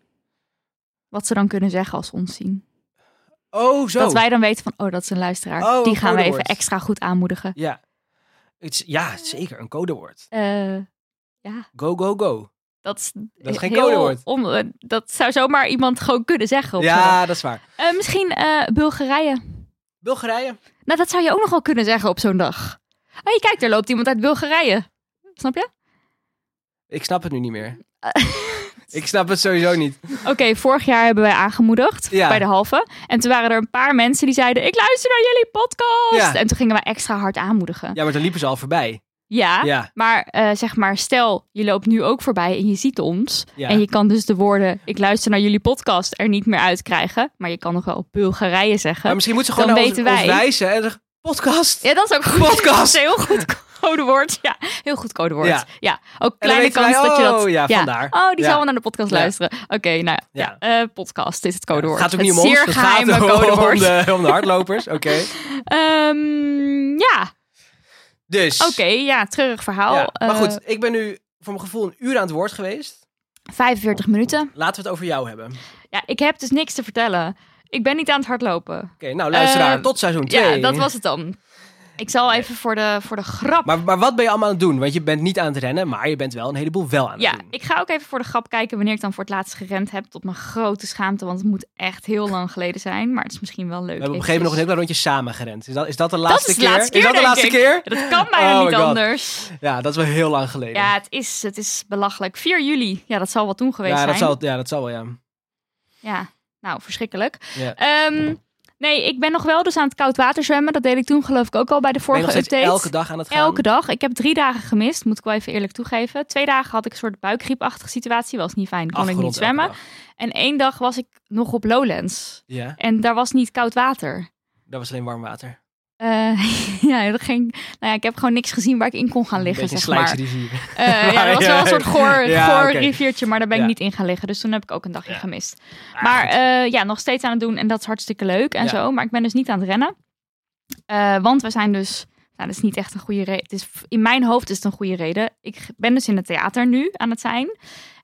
Wat ze dan kunnen zeggen als ze ons zien.
Oh, zo.
Dat wij dan weten van, oh, dat is een luisteraar.
Oh, een
Die gaan we even
codewoord.
extra goed aanmoedigen.
Ja. Het is- ja, zeker. Een codewoord.
Eh,
Go, go, go.
dat is,
Dat is geen
heel
codewoord.
on- eh, dat zou zomaar iemand gewoon kunnen zeggen. Op zo'n dag.
Ja, dat is waar.
Eh, misschien eh, Bulgarije.
Bulgarije.
Nou, dat zou je ook nog wel kunnen zeggen op zo'n dag. Oh, je kijkt, er loopt iemand uit Bulgarije. Snap
*laughs*
je?
Ik snap het nu niet
*laughs*
meer. Ik snap het sowieso niet.
Oké, vorig jaar hebben wij aangemoedigd
Ja.
bij de halve. En toen waren er een paar mensen die zeiden: Ik luister naar jullie podcast.
Ja.
En toen gingen we extra hard aanmoedigen. Ja,
Ja, maar dan liepen ze al voorbij. Ja.
maar eh, zeg maar, stel je loopt nu ook voorbij en je ziet ons.
Ja.
En je kan dus de woorden: Ik luister naar jullie podcast er niet meer uitkrijgen. Maar je kan nog wel Bulgarije
Maar
zeggen.
misschien moeten ze gewoon
Dan
naar ons,
weten wij.
ons wijzen en zeggen, podcast.
Ja, dat is ook goed.
Podcast.
Dat is een heel goed codewoord. Ja, heel goed codewoord.
Ja.
Ja, ook
En dan
kleine
weten
kans
wij,
dat je
oh,
dat...
ja, vandaar.
Oh, die
Ja.
zal wel naar de podcast
Ja.
luisteren. Oké, nou ja. eh, podcast is het codewoord.
Het gaat ook niet om ons,
zeer
het gaat
geheime
om
codewoord.
de, om de hardlopers. Oké.
Ehm, ja,
Dus.
*laughs* oké. ja, treurig verhaal.
Ja, maar
Eh,
goed, ik ben nu voor mijn gevoel een uur aan het woord geweest.
45 minuten.
Laten we het over jou hebben. Oké,
Ja, ik heb dus niks te vertellen. Ik ben niet aan het hardlopen.
nou luisteraar,
Eh,
tot seizoen 2.
Ja, dat was het dan. Ik zal even voor de, voor de grap...
Maar, maar wat ben je allemaal aan het doen? Want je bent niet aan het rennen, maar je bent wel een heleboel wel aan het
Ja,
doen.
ik ga ook even voor de grap kijken wanneer ik dan voor het laatst gerend heb. Tot mijn grote schaamte, want het moet echt heel lang geleden zijn. Maar het is misschien wel leuk.
We hebben op een gegeven moment nog een heel klein rondje samen gerend. Is dat, is dat de
dat
laatste
is de
keer?
laatste keer,
is dat de
denk
laatste
ik.
keer?
Dat kan bijna
Oh my
niet
God.
anders.
Ja, dat is wel heel lang geleden.
Ja, het is, het is belachelijk. 4 juli. Ja, dat zal wel toen geweest
Ja, dat
zijn.
zal, ja, dat zal wel, ja.
Ja. Nou, verschrikkelijk.
Ja.
Ehm, nee, ik ben nog wel dus aan het koud water zwemmen. Dat deed ik toen geloof ik ook al bij de
Ben je
vorige
nog steeds
update.
elke dag aan het gaan?
Elke dag. Ik heb drie dagen gemist, moet ik wel even eerlijk toegeven. Twee dagen had ik een soort buikgriepachtige situatie. Was niet fijn, kon ik niet
Afgerond elke
zwemmen.
dag.
En één dag was ik nog op Lowlands.
Ja,
En daar was niet koud water.
dat was alleen warm water.
Eh, *laughs* ja, dat ging, nou ja, ik heb gewoon niks gezien waar ik in kon gaan
Een
liggen,
beetje
zeg maar.
slijksrivier.
Eh, ja, dat was wel een soort goor,
*laughs* Ja,
goor
oké.
riviertje, maar daar ben ik
Ja.
niet in gaan liggen. Dus toen heb ik ook een dagje
Ja.
gemist. *laughs*
Ah,
maar
goed.
eh, ja, nog steeds aan het doen en dat is hartstikke leuk en
Ja.
zo. Maar ik ben dus niet aan het rennen. Eh, want we zijn dus, nou dat is niet echt een goede reden. Dus in mijn hoofd is het een goede reden. Ik ben dus in het theater nu aan het zijn.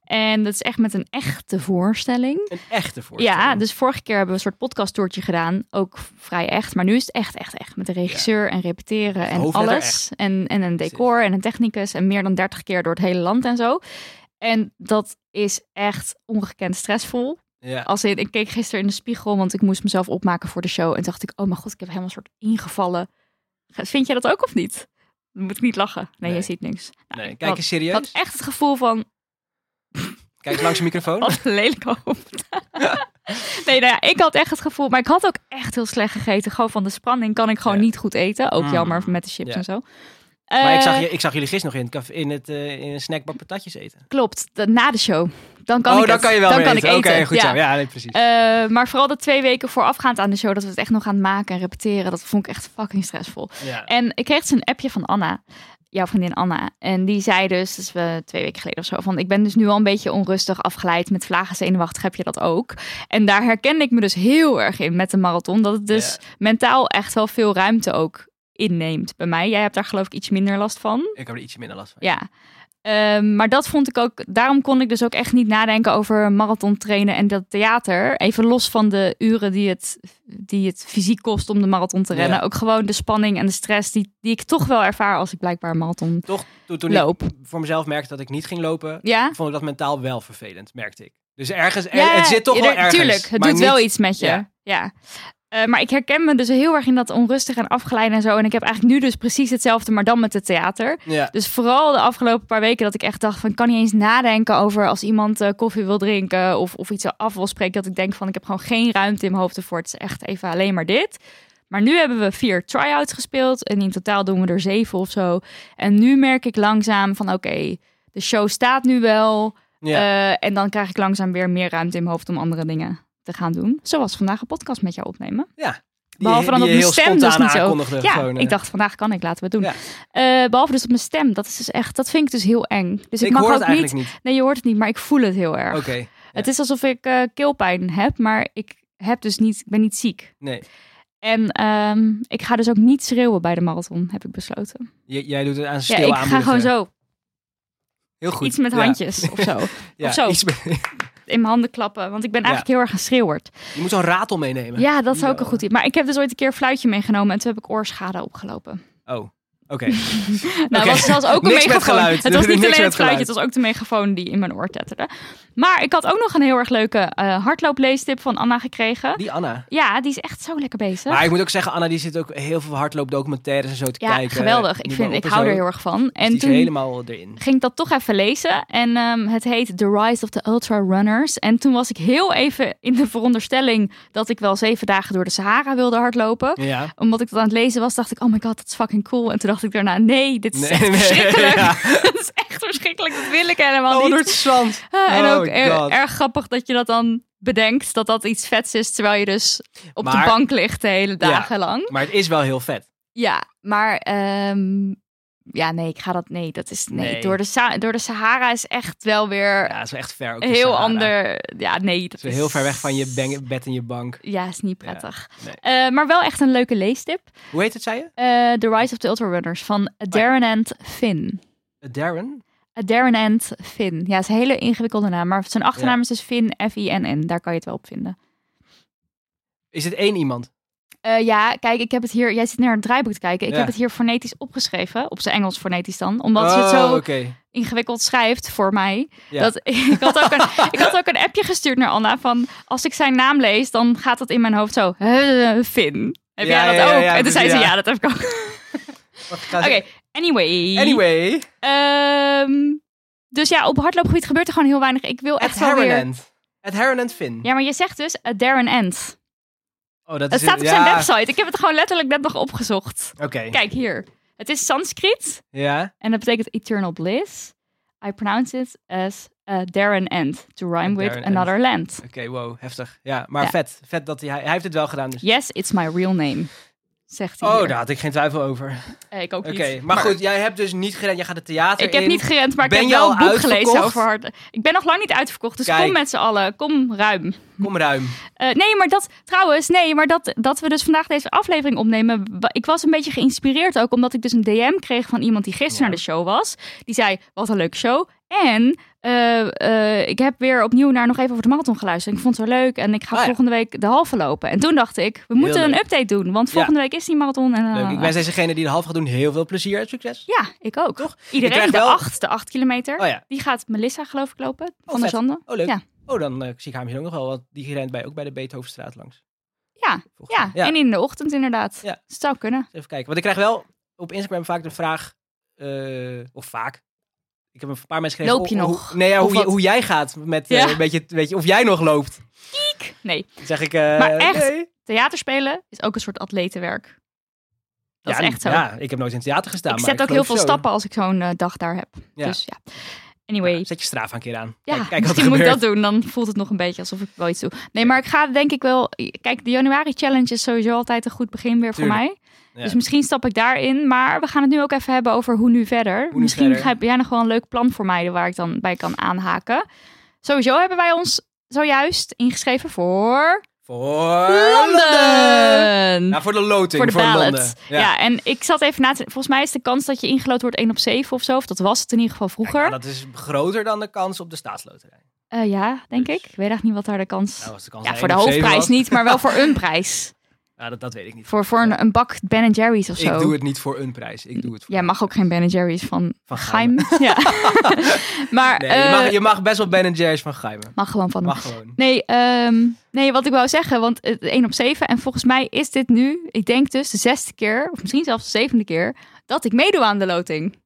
En dat is echt met een echte voorstelling.
Een echte voorstelling.
Ja, dus vorige keer hebben we een soort podcasttoertje gedaan. Ook vrij echt. Maar nu is het echt, echt, echt. Met de regisseur en repeteren en
Hoofdletter
alles. En, en een decor en een technicus. En meer dan 30 keer door het hele land en zo. En dat is echt ongekend stressvol.
Ja.
Als in, ik keek gisteren in de spiegel, want ik moest mezelf opmaken voor de show. En dacht ik, oh mijn god, ik heb helemaal een soort ingevallen. Vind jij dat ook of niet? Dan moet ik niet lachen. Nee,
Nee.
je ziet niks. Nou,
Nee,
ik
kijk
had-
eens
ik
serieus.
had echt het gevoel van,
Kijk eens langs je microfoon.
Wat
*laughs*
een lelijk hoofd. *laughs* nee, nou ja, ik had echt het gevoel... Maar ik had ook echt heel slecht gegeten. Gewoon van de spanning kan ik gewoon
Ja.
niet goed eten. Ook
Mm.
jammer met de chips
Ja.
en zo.
Maar ik
Eh,
zag, je- ik zag jullie gisteren nog in het, café- in het eh, in een snackbar patatjes eten.
Klopt, de- na de show. Dan kan
oh,
ik
dan
het.
kan je wel
dan
mee
kan
eten.
Ik
Oké,
eten.
goed
ja.
zo. Ja, nee, precies.
Eh, maar vooral de twee weken voorafgaand aan de show... dat we het echt nog aan het maken en repeteren... dat vond ik echt fucking stressvol.
ja.
En ik kreeg dus een appje van Anna, jouw vriendin Anna. En die zei dus, dat is we twee weken geleden of zo, van ik ben dus nu al een beetje onrustig afgeleid met vlagen zenuwachtig, heb je dat ook? En daar herkende ik me dus heel erg in met de marathon, dat het dus mentaal echt wel veel ruimte ook inneemt bij mij. Jij hebt daar geloof ik iets minder last van.
Ik heb er ietsje minder last van.
Ja. Ehm, maar dat vond ik ook, daarom kon ik dus ook echt niet nadenken over marathon trainen en dat theater. Even los van de uren die het, die het fysiek kost om de marathon te
Ja.
rennen. Ook gewoon de spanning en de stress die, die ik toch wel ervaar als ik blijkbaar een marathon
Toch, toen, toen
loop.
ik voor mezelf merkte dat ik niet ging lopen,
Ja?
vond ik dat mentaal wel vervelend, merkte ik. Dus ergens, er-
ja,
het zit toch
ja,
wel
er-
ergens.
Tuurlijk, het
maar
doet wel
niet-
iets met je. Ja.
Ja.
Eh, maar ik herken me dus heel erg in dat onrustig en afgeleid en zo. En ik heb eigenlijk nu dus precies hetzelfde, maar dan met het theater.
Ja.
Dus vooral de afgelopen paar weken dat ik echt dacht van... ik kan niet eens nadenken over als iemand eh, koffie wil drinken... Of, of iets af wil spreken. Dat ik denk van, ik heb gewoon geen ruimte in mijn hoofd ervoor. Het is echt even alleen maar dit. Maar nu hebben we vier try-outs gespeeld. En in totaal doen we er zeven of zo. En nu merk ik langzaam van, oké, de show staat nu wel.
Ja.
eh, en dan krijg ik langzaam weer meer ruimte in mijn hoofd om andere dingen te gaan doen. Zoals vandaag een podcast met jou opnemen.
Die-
behalve dan
die
dat
je heel
mijn stem dus
spontaan
niet zo-
aankondigde
Ja,
gewoon, eh.
ik dacht vandaag kan ik, laten we het doen.
Ja.
Eh, behalve dus op mijn stem, dat is dus echt, dat vind ik dus heel eng. Dus ik,
ik
mag
hoor
ook
het eigenlijk
niet.
niet. Oh,
Nee, je hoort het niet, maar ik voel het heel erg.
Oké,
Het is alsof ik eh, keelpijn heb, maar ik heb dus niet, ik ben niet ziek.
nee.
En ehm, ik ga dus ook niet schreeuwen bij de marathon, heb ik besloten.
J- jij doet het aan
Ja,
stil
ik ga gewoon zo
Heel goed.
iets met
Ja,
handjes of
*laughs*
zo.
ja,
of zo.
iets met- *laughs*
In mijn handen klappen, want ik ben eigenlijk heel erg een schreeuwerd.
je moet zo'n ratel meenemen.
Ja, dat is ook
Yo.
een goed idee. Maar ik heb dus ooit een keer een fluitje meegenomen en toen heb ik oorschade opgelopen.
Oh, oké.
*laughs* Nou, het
Oké.
was zelfs
*laughs*
ook een
Niks met
megafoon.
geluid.
Het was niet
*laughs* Niks
alleen
met
het geluidje,
geluid.
het was ook de megafoon die in mijn oor tetterde. Maar ik had ook nog een heel erg leuke eh hardloopleestip van Anna gekregen.
Die Anna.
Ja, die is echt zo lekker bezig.
Maar ik moet ook zeggen, Anna die zit ook heel veel hardloopdocumentaires en zo te
ja,
kijken.
geweldig. Ik,
Noem
vind,
maar
ik
op en
hou
zo.
er heel erg van.
Dus
En
die is
toen
helemaal erin.
ging ik dat toch even lezen. En ehm, het heet The Rise of the Ultra Runners. En toen was ik heel even in de veronderstelling dat ik wel zeven dagen door de Sahara wilde hardlopen.
Ja.
Omdat ik dat aan het lezen was, dacht ik, oh my god, dat is fucking cool. En toen dacht ik daarna, nee, dit is
Nee,
echt
nee,
verschrikkelijk.
ja.
*laughs* dat is echt verschrikkelijk, dat wil ik helemaal
Oh,
niet.
door het zand.
Ah, en
Oh
ook er-
God.
erg grappig dat je dat dan bedenkt, dat dat iets vets is, terwijl je dus op
Maar-
de bank ligt de hele dagen lang.
Maar het is wel heel vet.
Ja, maar ehm, ja, nee, ik ga dat, nee, dat is, nee.
Nee.
Door, de Sa- door de Sahara is echt wel weer
Ja, het is wel echt ver. Ook de
een heel
Sahara.
ander, ja, nee. Dat
Het is heel ver weg van je bang- bed en je bank.
Ja, is niet prettig.
nee.
Eh, maar wel echt een leuke leestip.
Hoe heet het, zei je?
Eh, the Rise of the Ultra Runners van Darren and Finn. Eh,
Darren?
Darren and Finn. Ja, is een hele ingewikkelde naam, maar zijn achternaam
Ja.
is dus Finn, F-I-N-N. Daar kan je het wel op vinden.
Is het één iemand?
Eh, ja, kijk, ik heb het hier. Jij zit naar het draaiboek te kijken. Ik
Ja.
heb het hier fonetisch opgeschreven. Op zijn Engels fonetisch dan. Omdat ze het zo
Oh, oké.
ingewikkeld schrijft voor mij.
Ja.
Dat, ik, had ook *laughs* een, ik had ook een appje gestuurd naar Anna. Van als ik zijn naam lees, dan gaat dat in mijn hoofd zo. "Huh, Finn. Heb
Ja,
jij dat
ja, ja,
ook?
ja,
en toen zei ze:
precies, ja.
Ja, dat heb ik ook. *laughs* Oké,
Wacht, ik ga eens-
anyway.
Anyway,
Ehm, dus ja, op hardloopgebied gebeurt er gewoon heel weinig. Ik wil
echt
echt wel weer...
Harrenend. At Heron and Finn.
Ja, maar je zegt dus at Darren End.
Oh, dat
Het
is
staat op
ja,
zijn website. Ik heb het gewoon letterlijk net nog opgezocht.
Oké.
Kijk hier. Het is Sanskriet
Ja.
en dat betekent eternal bliss. I pronounce it as a Darren End to rhyme with
Darren End.
another land.
Oké, wow, heftig. Ja, maar
Ja.
vet. Vet dat hij, hij heeft het wel gedaan. Dus.
Yes, it's my real name. Zegt hij.
Oh,
hier.
daar had ik geen twijfel over.
Eh, Ik ook
Oké,
niet.
maar, goed, jij hebt dus niet gerend. Jij gaat het theater
Ik heb
in.
niet gerend, maar
Ben
ik
je
heb wel
al
een boek gelezen
uitverkocht?
over hard. Ik ben nog lang niet uitverkocht, dus
Kijk.
kom met z'n allen. Kom ruim.
Kom ruim.
Eh, nee, maar dat trouwens, nee, maar dat, dat we dus vandaag deze aflevering opnemen. wa- Ik was een beetje geïnspireerd ook, omdat ik dus een DM kreeg van iemand die gisteren
Ja.
naar de show was. Die zei: Wat een leuke show. En eh, eh, ik heb weer opnieuw naar nog even over de marathon geluisterd. Ik vond het wel leuk en ik ga
Ah, ja.
volgende week de halve lopen. En toen dacht ik: We moeten een
leuk.
update doen, want volgende week is die marathon. En, eh,
Leuk. Ik wens dezegene die de half gaat doen heel veel plezier en succes.
Ja, ik ook.
Toch?
Iedereen,
krijgt
de
wel-
acht, de acht kilometer.
Oh ja.
Die gaat Melissa, geloof ik, lopen. van der
vet.
Zanden.
Oh, leuk.
Ja.
Oh, dan eh, zie ik haar misschien ook nog wel. Want die rent bij, ook bij de Beethovenstraat langs.
Ja,
Volgens
ja.
mij. ja.
en in de ochtend inderdaad. Dus
Ja.
Het zou kunnen.
Even kijken. Want ik krijg wel op Instagram vaak de vraag... eh, of vaak. Ik heb een paar mensen gekregen...
Loop je
oh,
nog?
Hoe, nee, ja,
Of
hoe, je-
wat?
hoe jij gaat. Met, eh,
Ja.
een beetje, weet je, of jij nog loopt.
Nee,
Dan zeg ik... eh,
Maar echt?
nee.
theaterspelen is ook een soort atletenwerk. Dat
Ja,
is echt zo.
Ja, ik heb nooit in het theater gestaan.
ik
maar
zet ook heel
geloof
veel
zo.
stappen als ik zo'n eh, dag daar heb.
Ja.
Dus ja. Anyway, ja,
Zet je straf een keer aan. kijk, kijk wat er
misschien moet ik
gebeurt.
dat doen. Dan voelt het nog een beetje alsof ik wel iets doe. Nee, maar ik ga denk ik wel... Kijk, de januari challenge is sowieso altijd een goed begin weer voor
Tuurlijk.
mij.
Ja.
Dus misschien stap ik daarin. Maar we gaan het nu ook even hebben over hoe nu verder.
nu
misschien
verder.
heb jij nog wel een leuk plan voor mij waar ik dan bij kan aanhaken. Sowieso hebben wij ons zojuist ingeschreven voor...
Voor Londen!
Londen!
Nou, voor de loting.
voor de
Londen.
ballot. Ja.
Ja.
en ik zat even na te... Volgens mij is de kans dat je ingelood wordt 1 op 7 of zo. Of dat was het in ieder geval vroeger.
Ja,
Ja,
dat is groter dan de kans op de staatsloterij.
ja denk
Dus-
ik. Ik weet eigenlijk niet wat daar de kans...
Nou, als de kans
ja,
een
voor de
op zeven
hoofdprijs
was-
niet, maar wel
*laughs*
voor een prijs.
Ja, dat, dat weet ik niet.
Voor, voor een, een bak Ben Jerry's of zo.
Ik doe het niet voor een prijs. Ik doe het voor
Jij mag ook geen Ben Jerry's van,
van
Geim. *laughs*
*laughs*
Ja. maar
Nee,
eh,
je, mag,
mag,
je mag best wel Ben Jerry's van Geimen.
gewoon van hem.
Mag gewoon.
Nee, ehm, nee, wat ik wou zeggen, want het 1 op 7. En volgens mij is dit nu, ik denk dus de zesde keer, of misschien zelfs de zevende keer, dat ik meedoe aan de loting.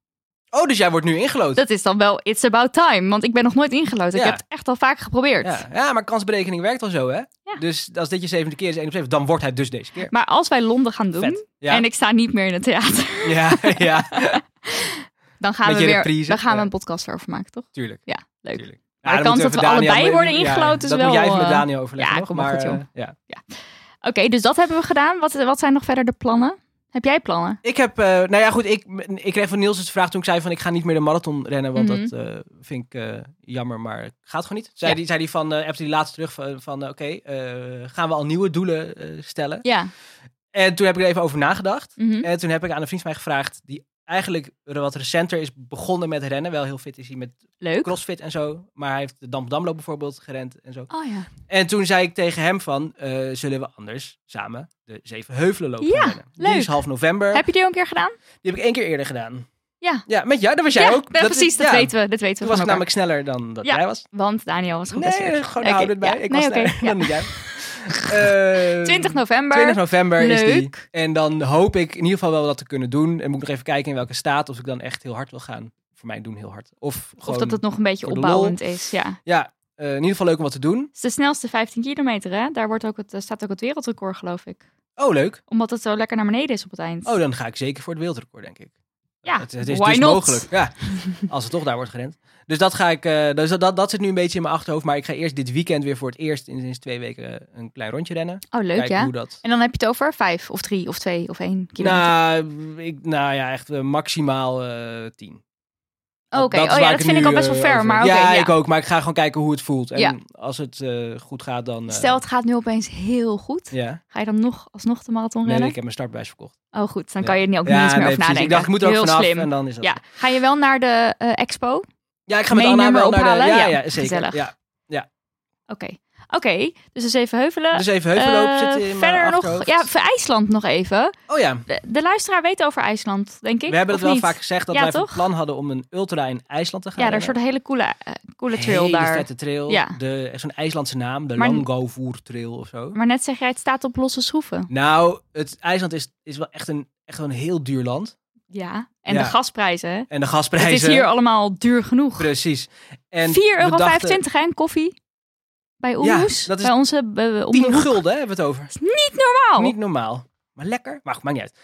Oh, dus jij wordt nu ingeloten.
Dat is dan wel it's about time, want ik ben nog nooit ingelood. Ik
Ja.
heb het echt al vaak geprobeerd.
Ja. ja, maar kansberekening werkt al zo, hè? Dus als dit je zevende keer is, 1 op 7, dan wordt hij dus deze keer.
Maar als wij Londen gaan doen
Vet. Ja,
en ik sta niet meer in het theater, *laughs*
ja, *laughs* ja
dan gaan
Met
we
je
weer
reprise.
dan gaan we
Ja.
een podcast erover maken, toch?
tuurlijk.
Ja, leuk.
tuurlijk.
Maar
Ja,
de
dan
kans
moeten
dat
we
we
Daniel
allebei
mee-
worden
ja,
ingeloten is
dat moet jij
wel,
even met
eh,
Daniel overleggen,
ja,
nog,
ik mag
maar,
het, joh.
eh, ja.
Oké, dus dat hebben we gedaan. Wat, wat zijn nog verder de plannen? Heb jij plannen?
Ik heb, eh, nou ja, goed, ik, ik kreeg van Niels dus de vraag toen ik zei van ik ga niet meer de marathon rennen, want
Mhm.
dat eh, vind ik eh, jammer, maar gaat gewoon niet. Zei
Ja.
die, zei die van, eh appte die laatst terug van, van eh, oké, eh, gaan we al nieuwe doelen eh, stellen?
Ja.
En toen heb ik er even over nagedacht.
Mhm.
En toen heb ik aan een vriend van mij gevraagd, die eigenlijk wat recenter is begonnen met rennen, wel heel fit is hij met
Leuk.
crossfit en zo, maar hij heeft de Damdamloop bijvoorbeeld gerend en zo.
Oh ja.
En toen zei ik tegen hem van, eh, zullen we anders samen de Zeven Heuvelen lopen
Ja,
gaan rennen? Die
leuk.
is half november.
Heb je die al een keer gedaan?
Die heb ik één keer eerder gedaan.
Ja.
Ja, met jou, dat was jij
ja,
ook.
ja, precies. Dat
ja.
weten we. Dat weten
Toen
we
was ik
van elkaar.
namelijk sneller dan dat
Ja.
jij was.
Want Daniel was
Nee,
geblesseerd.
gewoon
Oké,
houden erbij.
ja.
Ik
Nee,
was
oké,
sneller
ja.
dan jij.
*laughs*
Eh,
20 november.
20 november is die.
Leuk.
En dan hoop ik in ieder geval wel dat te kunnen doen. En moet ik nog even kijken in welke staat. Of ik dan echt heel hard wil gaan. Voor mij doen heel hard. Of
Of
gewoon,
dat het nog een beetje
voor de lol.
opbouwend is. Ja. Het
ja, eh, in ieder geval leuk om wat te doen.
is de snelste 15 kilometer, hè? Daar wordt ook het, eh, staat ook het wereldrecord, geloof ik.
Oh, leuk.
Omdat het zo lekker naar beneden is op het eind.
Oh, dan ga ik zeker voor het wereldrecord, denk ik.
Ja,
het, het is
why
dus
not?
mogelijk.
*laughs*
Ja, als het toch daar wordt gerend. Dus dat ga ik. eh, dus dat, dat, dat zit nu een beetje in mijn achterhoofd. Maar ik ga eerst dit weekend weer voor het eerst in sinds twee weken eh, een klein rondje rennen.
Oh, leuk
Kijken
ja.
hoe dat.
En dan heb je het over vijf of drie of twee of één kilometer.
Nou, ik, nou ja, echt eh, maximaal eh, tien.
Oh, oké.
Nou, Dat-
Oh
is
ja,
waar
dat
ik
vind
nu,
ik al best wel
eh,
ver,
over-
maar oké,
ja,
ja.
ik ook. Maar ik ga gewoon kijken hoe het voelt. En
Ja.
als het eh, goed gaat, dan. eh,
Stel, het gaat nu opeens heel goed.
Ja.
Ga je dan nog alsnog de marathon
Nee,
rennen?
ik heb mijn startbewijs verkocht.
Oh, goed. Dan
Ja.
kan je er ook
ja,
niet eens meer
nee,
over
precies.
nadenken.
Ik dacht, ik moet er ook
heel
vanaf.
slim.
En dan is dat.
Ja. Ga je wel naar de eh, expo? Oké.
Ja, ik ga met
Mijn
Anna
nummer
wel naar de-
ophalen?
Ja,
Ja,
ja, zeker.
gezellig.
Ja.
Oké. Dus dus even heuvelen.
Dus even heuvelloop
Eh,
zitten in mijn
verder nog,
achterhoofd.
ja, voor IJsland nog even.
Oh ja.
De, de luisteraar weet over IJsland, denk ik.
We hebben
of
het wel
niet?
vaak gezegd dat
Ja,
wij van
toch?
plan hadden om een ultra in IJsland te gaan.
Ja, daar is een
rennen.
soort hele coole, eh, coole trail
Hele
daar.
vette trail.
Ja.
De, echt zo'n IJslandse naam, de
Maar-
Langovoer trail of zo.
Maar net zeg jij, het staat op losse schroeven.
Nou, het, IJsland is, is wel echt een, echt wel een heel duur land.
Ja. En
Ja.
de gasprijzen. hè?
En de gasprijzen.
Het is hier allemaal duur genoeg. 4,25
Precies. En we
euro
dachten-
hè, en koffie. bij
Ja,
Oeroes.
dat is
bij onze eh, om de
10
hoek. Oh.
gulden hè, hebben we het over.
Normaal.
Niet normaal. Maar lekker. Maar goed, maakt niet uit.
*laughs*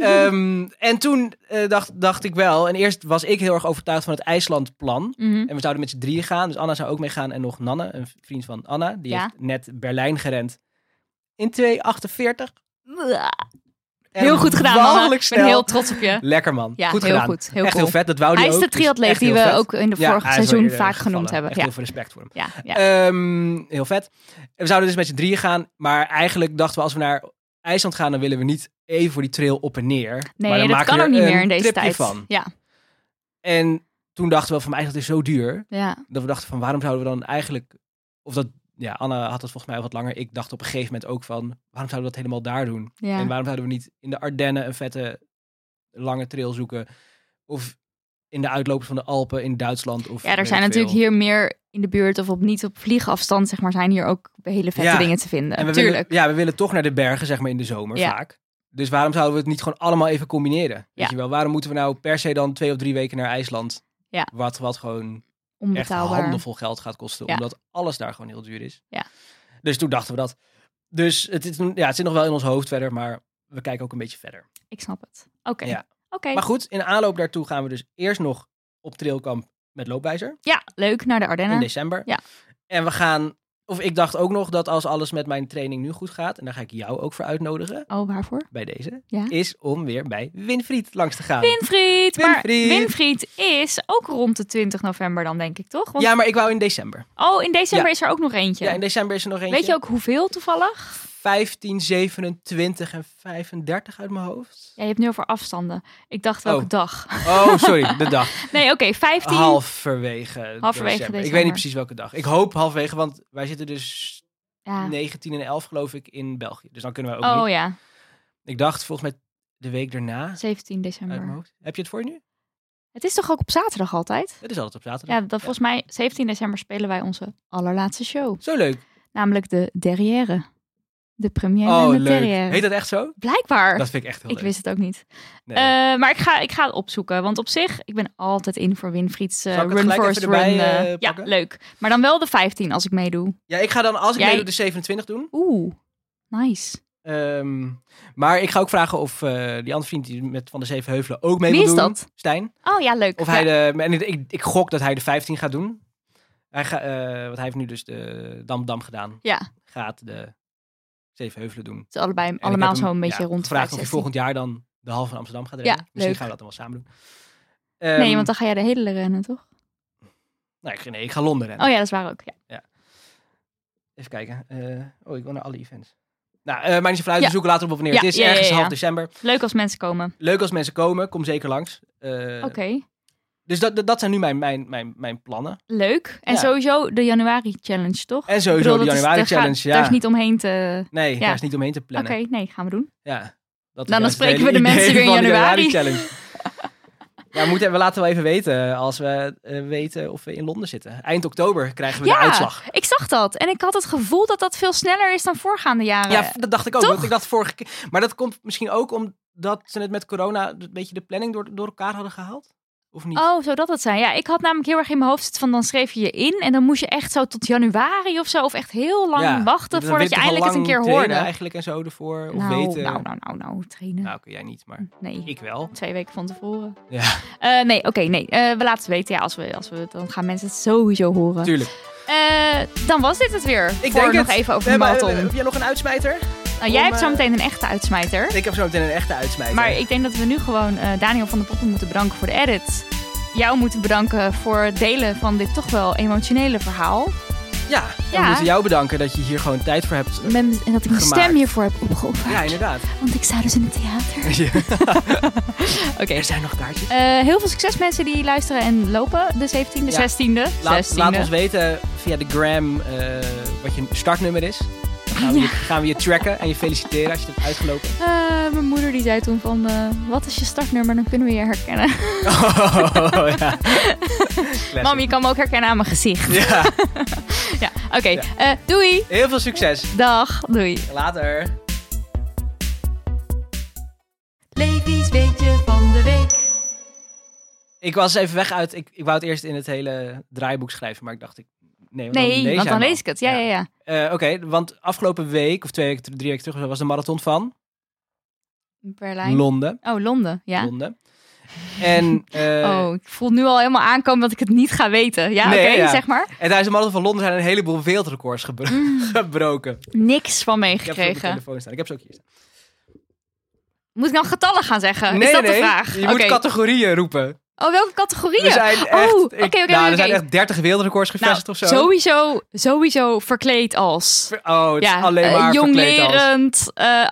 Ehm, en toen eh, dacht, dacht ik wel. En eerst was ik heel erg overtuigd van het IJsland-plan.
Mhm.
En we zouden met z'n drieën gaan. Dus Anna zou ook meegaan. En nog Nanne, een vriend van Anna. Die
Ja.
heeft net Berlijn gerend. In 2,48. En
Heel goed gedaan, man.
walgelijk
Ik ben
snel.
heel trots op je.
Lekker man.
Ja,
goed
heel
gedaan.
goed. Heel
echt
cool.
heel vet. Dat wou
Hij is
ook.
de
Dus
triatleet
echt
die
heel
we
vet.
ook in de vorige
Ja, hij is wel
seizoen
eerder
vaak
gevallen.
genoemd hebben.
Echt
Ja,
heel veel respect voor hem.
ja, ja.
Ehm, heel vet. We zouden dus met z'n drieën gaan. Maar eigenlijk dachten we als we naar IJsland gaan, dan willen we niet even voor die trail op en neer. maar
Nee,
dan
dat
maken
kan
we
ook niet
er
meer
een
in deze
tripje
tijd.
Van.
Ja,
En toen dachten we van IJsland is zo duur.
ja.
Dat we dachten van waarom zouden we dan eigenlijk... Of dat, ja, Anna had dat volgens mij al wat langer. Ik dacht op een gegeven moment ook van waarom zouden we dat helemaal daar doen?
ja.
En waarom zouden we niet in de Ardennen een vette lange trail zoeken? Of in de uitlopers van de Alpen in Duitsland? Of
Ja,
weet
er zijn
ik
natuurlijk
veel.
hier meer in de buurt of op niet op vliegafstand, zeg maar, zijn hier ook hele vette
Ja.
dingen te vinden.
En we
Tuurlijk.
Willen, ja, we willen toch naar de bergen, zeg maar, in de zomer
Ja.
vaak. Dus waarom zouden we het niet gewoon allemaal even combineren? Weet
Ja.
je wel, waarom moeten we nou per se dan twee of drie weken naar IJsland?
Ja.
Wat, wat gewoon echt
Onbetaalbaar.
handenvol geld gaat kosten,
Ja.
omdat alles daar gewoon heel duur is.
Ja.
Dus toen dachten we dat. Dus het, is, ja, het zit nog wel in ons hoofd verder, maar we kijken ook een beetje verder.
Ik snap het. Oké.
Ja.
Oké.
Maar goed, in aanloop daartoe gaan we dus eerst nog op trailkamp met loopwijzer
Ja, leuk. Naar de Ardennen.
in december.
Ja.
En we gaan, of ik dacht ook nog dat als alles met mijn training nu goed gaat, en daar ga ik jou ook voor uitnodigen,
Oh, waarvoor?
bij deze,
Ja.
is om weer bij Winfried langs te gaan.
Winfried. Maar
Winfried.
Winfried is ook rond de 20 november dan, denk ik, toch? Want-
Ja, maar ik wou in december.
Oh, in december is er ook nog eentje.
Ja, in december is er nog eentje.
Weet je ook hoeveel toevallig?
15, 27 en 35 uit mijn hoofd.
Ja, je hebt nu over afstanden. Ik dacht welke
Oh.
dag. *laughs*
Oh, sorry, de dag.
Nee, oké, 15.
Halverwege, december. Ik
december.
weet niet precies welke dag. Ik hoop halverwege, want wij zitten dus
Ja.
19 en 11 geloof ik in België. Dus dan kunnen we ook
Oh
niet.
ja,
Ik dacht volgens mij de week daarna.
17
Uit mijn
december.
hoofd. Heb je het voor je nu?
Het is toch ook op zaterdag altijd?
Het is altijd op zaterdag.
Ja, dat, volgens mij 17 december spelen wij onze allerlaatste show.
Zo leuk.
Namelijk de derrière. De première
oh,
en de
leuk.
derrière.
Heet dat echt zo?
Blijkbaar.
Dat vind ik echt heel
ik
leuk.
wist het ook niet.
Nee.
Eh, maar ik ga, ik ga het opzoeken. Want op zich, ik ben altijd in voor Winfried's eh,
Zal ik het
Run
gelijk
Forest
even erbij,
Run. eh,
eh,
ja,
pakken?
leuk. Maar dan wel de 15 als ik meedoe.
Ja, ik ga dan als ik
Jij-
meedoe de 27 doen.
Oeh, nice.
Ehm, maar ik ga ook vragen of eh, die andere vriend die met Van de Zeven Heuvelen ook mee
Wie
wil
is
doen.
dat?
Stijn.
Oh ja, leuk.
Of
Ja.
hij de, en ik, ik gok dat hij de 15 gaat doen. Hij ga, eh, want hij heeft nu dus de Dam Dam gedaan.
Ja.
Gaat de Zeven Heuvelen doen. En
Het is allebei
ik
allemaal
heb hem,
zo'n beetje
ja,
rond de
Vragen
5,
of hij
16.
volgend jaar dan de halve van Amsterdam gaat
Ja,
rennen. Misschien
leuk.
gaan we dat dan wel samen doen.
Nee,
Ehm,
want dan ga jij de hele rennen, toch?
nee, ik- nee, ik ga Londen rennen.
Oh ja, dat is waar ook. Ja.
Even kijken. Eh, oh, ik wil naar alle events. Nou, eh maar niet zo uit.
Ja.
We zoeken later op wanneer
Ja,
het is.
ja, ja,
Ergens
ja,
half
ja.
december.
Leuk als mensen komen.
Leuk als mensen komen. Kom zeker langs. Eh,
Oké,
Dus dat, dat, dat zijn nu mijn, mijn, mijn, mijn plannen.
leuk. En
Ja.
sowieso de januari-challenge, toch?
En
Ik
sowieso
bedoel,
de
dat is-
januari
daar ga-
challenge.
Daar
Ja.
is niet omheen te...
Nee,
ja.
daar is niet omheen te
Oké,
plannen.
nee, gaan we doen.
Ja, dat is
dan
juist het
spreken we
hele
de
idee
mensen weer in
van de
januari.
challenge. Ja, we, moeten, we laten wel even weten als we eh, weten of we in Londen zitten. Eind oktober krijgen we
Ja,
de uitslag.
Ik zag dat en ik had het gevoel dat dat veel sneller is dan voorgaande jaren.
Ja, dat dacht ik ook.
toch?
Want ik dacht vorige keer. Maar dat komt misschien ook omdat ze het met corona een beetje de planning door, door elkaar hadden gehaald. Of niet?
Oh, zou dat het zijn? Ja, ik had namelijk heel erg in mijn hoofd zitten van dan schreef je je in en dan moest je echt zo tot januari of zo of echt heel lang
Ja,
wachten
dan
voordat
weet
je
toch al
eindelijk het een
lang
keer
trainen
hoorde.
eigenlijk en zo ervoor. Of
Nou,
weten.
nou, Mm. nou, nou, nou, trainen.
Nou, kun jij niet, maar
nee.
ik wel.
Twee weken van tevoren.
Ja,
Eh, nee, oké, nee. Eh, we laten het weten. Ja, als we, als we het, dan gaan mensen het sowieso horen.
tuurlijk.
Eh, dan was dit het weer.
Ik
voor
denk
nog
het.
even over
We
de
hebben- eh,
marathon.
Heb jij nog een uitsmijter?
nou, jij
om,
hebt zo
eh,
meteen een echte uitsmijter.
Ik heb zo meteen een echte uitsmijter.
Maar ik denk dat we nu gewoon eh, Daniel van der Poppen moeten bedanken voor de edit. Jou moeten bedanken voor het delen van dit toch wel emotionele verhaal.
Ja, we
Ja.
moeten jou bedanken dat je hier gewoon tijd voor hebt.
Mem- En dat ik mijn
Gemaakt.
stem hiervoor heb opgeofferd.
Ja, *laughs* inderdaad.
Want ik sta dus in het theater. Oké.
Er zijn nog kaartjes.
Eh, heel veel succes mensen die luisteren en lopen. De 17e,
Ja.
16e,
Laat,
16e.
laat ons weten via de gram eh, wat je startnummer is. Dan gaan we, je, gaan we je tracken en je feliciteren als je het hebt
*laughs*
uitgelopen.
Eh, mijn moeder die zei toen van, eh, wat is je startnummer? Dan kunnen we je herkennen.
Oh, ja. Classic.
Mam, je kan me ook herkennen aan mijn gezicht. Ja,
Ja.
oké. eh, doei.
Heel veel succes.
Dag. Doei.
Later.
Levi's weetje van de week.
Ik was even weg uit. Ik, ik wou het eerst in het hele draaiboek schrijven, maar ik dacht ik Nee, want dan, lees
Nee,
jij
want dan
hem al.
lees ik het. Ja, ja, ja.
Eh, Oké, want afgelopen week, of twee weken, drie weken terug, of zo, was de marathon van
Berlijn.
Londen.
oh, Londen. Ja.
Londen. En, eh,
oh, ik voel nu al helemaal aankomen dat ik het niet ga weten. Ja,
Nee,
oké,
ja.
zeg maar.
en tijdens de marathon van Londen zijn een heleboel wereldrecords gebro-
Mm.
*laughs* gebroken.
Niks van
Ik heb ze op mijn
meegekregen.
telefoon staan. Ik heb ze ook hier staan.
Moet ik dan getallen gaan zeggen?
nee,
Eh, Is dat
nee,
de vraag?
je
Oké.
moet categorieën roepen.
Oh, welke categorieën?
Er zijn echt,
Oh,
ik-
oké, oké,
nou,
oké,
er
oké.
zijn echt 30 wereldrecords
Nou,
gevestigd of zo.
sowieso, sowieso verkleed als.
Ver- Oh, het
Ja,
is alleen
eh,
maar verkleed als.
jonglerend, eh,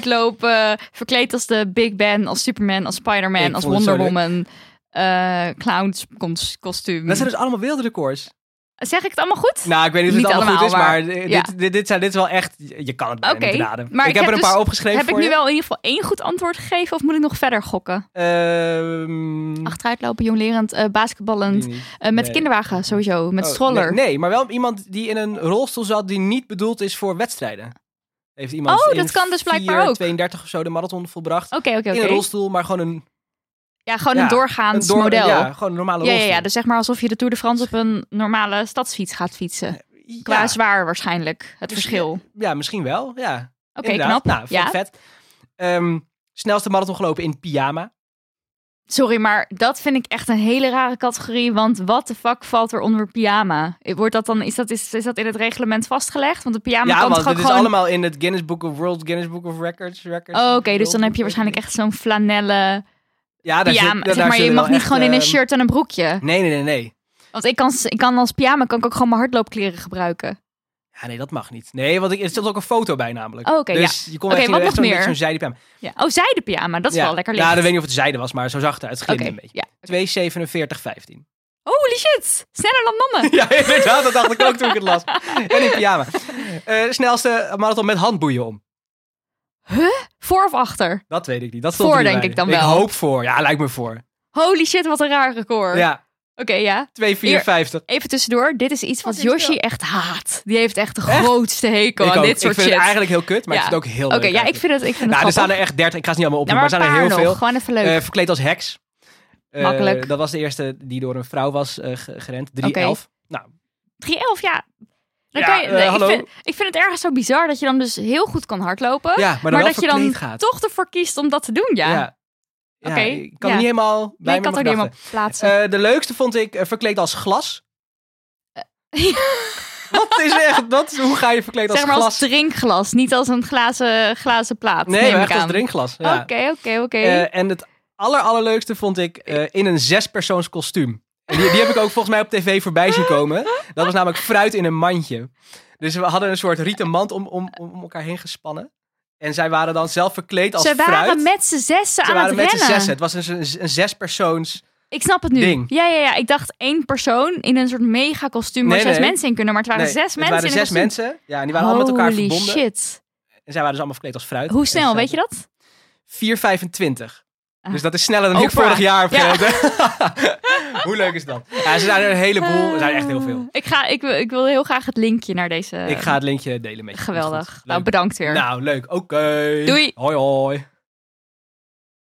achteruitlopen, verkleed als de Big Ben, als Superman, als Spider-Man,
Ik
als
vond het
Wonder
zo leuk.
Woman, eh clowns kons- kostuum.
Dat zijn dus allemaal wereldrecords.
Zeg ik het allemaal goed?
Nou, ik weet niet of
Niet
het allemaal goed is,
allemaal waar.
maar dit,
Ja.
dit, dit, zijn, dit is wel echt... Je kan het bijna
Oké,
niet raden.
maar
ik,
ik
heb
heb
er een
dus-
paar opgeschreven
Heb ik
voor
nu
je.
wel in ieder geval één goed antwoord gegeven of moet ik nog verder gokken? Oh,
Ehm,
Achteruitlopen, jonglerend, eh basketballend,
die niet.
eh, met
Nee.
de kinderwagen sowieso, met
Oh,
stroller.
Nee, nee, maar wel iemand die in een rolstoel zat die niet bedoeld is voor wedstrijden. Heeft iemand
Oh,
in
dat kan dus blijkbaar
4,
ook.
32 of zo de marathon volbracht.
Oké, oké,
In een
oké.
rolstoel, maar gewoon een,
Ja, gewoon
Ja,
een doorgaans
een door-
model.
Ja, gewoon een normale
Ja, ja,
rolstoel.
ja, dus zeg maar alsof je de Tour de France op een normale stadsfiets gaat fietsen.
Ja,
dus Qua zwaar waarschijnlijk, het
Dus-
verschil. Oké,
ja, misschien wel. Ja, inderdaad.
knap.
Nou, vond ik
Ja.
vet. Ehm, snelste marathon gelopen in pyjama.
Sorry, maar dat vind ik echt een hele rare categorie. Want wat de fuck valt er onder pyjama? Wordt dat dan, is, dat, is, is dat in het reglement vastgelegd? Want een pyjama
ja,
kan
want
toch ook
dit is
gewoon...
allemaal in het Guinness Book of World Guinness Book of Records. records
Oh, Oké, dus dan
World
heb je
Book of
waarschijnlijk echt zo'n flanellen
Ja, daar
pyjama.
zit- daar-
zeg
daar
maar, je
zitten
mag
wel
niet
echt,
gewoon in een
ehm,
shirt en een broekje.
Nee, nee, nee, nee.
Want ik kan, ik kan als pyjama kan ik ook gewoon mijn hardloopkleren gebruiken.
Ja, nee, dat mag niet. Nee, want ik, er stond ook een foto bij namelijk.
Oh, oké,
dus je kon
Oké,
echt,
wat nog
echt zo'n-
meer?
zo'n zijde pyjama.
Ja. Oh, zijde pyjama, dat is
ja. Nou,
wel lekker licht.
Ja, dan weet ik niet of het zijde was, maar zo zag het eruit. Het
Oké,
glimde een beetje.
ja.
247,15.
Holy shit, sneller dan mannen.
*laughs* Ja, inderdaad, dat dacht ik ook toen ik het las. En in pyjama. Eh, snelste marathon met handboeien om.
Voor of achter?
Dat weet ik niet. Dat stond
Voor,
er niet
denk
bij.
ik dan
Ik
wel.
hoop voor. Ja, lijkt me voor.
Holy shit, wat een raar record.
Ja,
Oké, ja.
254.
Even tussendoor, dit is iets wat
dit is
Yoshi
wel-
echt haat. Die heeft echt de
Echt?
grootste hekel
Ik,
aan
ook.
dit
ik
soort
vind
shit.
het eigenlijk heel kut, maar
Ja.
ik vind het ook heel
Oké,
leuk.
ja, ik
eigenlijk.
vind het, ik vind
Nou, er
het
staan
grappig.
er echt 30. Ik ga ze niet allemaal
Ja,
opnoemen,
maar
maar
een
er
paar
zijn er heel
nog.
veel.
Gewoon even leuk.
Eh, verkleed als heks. Eh,
Makkelijk.
Dat was de eerste die door een vrouw was eh, ge- gerend. 3-11. Nou,
311, ja. Dan
Ja,
kan je,
eh,
nee,
hallo.
ik, vind, ik vind het ergens zo bizar dat je dan dus heel goed kan hardlopen.
ja, maar, dan
maar
wel
dat je dan
verkleed gaat.
toch ervoor kiest om dat te doen, ja.
Ja. Ja,
Oké,
ik kan
ja.
niet helemaal bij
nee, ik
mijn
kan het er niet
gedachten.
helemaal plaatsen.
Eh, de leukste vond ik eh, verkleed als glas.
*laughs* ja.
Dat is echt, dat is, hoe ga je verkleed als
Eh. zeg maar
glas?
als drinkglas, niet als een glazen, glazen plaat.
nee,
neem
maar
ik
echt als
aan.
drinkglas. Ja.
Oké, oké, oké.
Eh, en het aller, allerleukste vond ik eh, in een zespersoons kostuum. En die, die heb ik ook volgens mij op tv voorbij zien komen. Dat was namelijk fruit in een mandje. Dus we hadden een soort rieten mand om, om, om elkaar heen gespannen. En zij waren dan zelf verkleed als
Ze
fruit.
waren met z'n zessen
Ze
aan het
waren met z'n
rennen.
zessen. Het was dus een, een zespersoons...
Ik snap het nu.
Ding.
Ja, ja, ja. Ik dacht één persoon in een soort mega kostuum waar
Nee,
zes
nee.
mensen in kunnen. Maar het waren
Nee,
zes
het
mensen
waren
in
zes
een kostuum.
mensen. Ja, en die waren allemaal met elkaar
Holy
verbonden.
shit.
En zij waren dus allemaal verkleed als fruit.
Hoe snel, weet je dat?
4,25.
Ah.
Dus dat is sneller dan ik
Oprah.
vorig jaar heb
Ja.
gereden. *laughs* Hoe leuk is dat? Ja, ze zijn er een heleboel. Er zijn echt heel veel.
Eh, Ik, ga, ik, wil- ik wil heel graag het linkje naar deze.
Ik ga het linkje delen met je.
Ehm, Geweldig.
Leuk.
Nou, bedankt weer.
Nou, leuk. Oké.
Doei.
Hoi, hoi.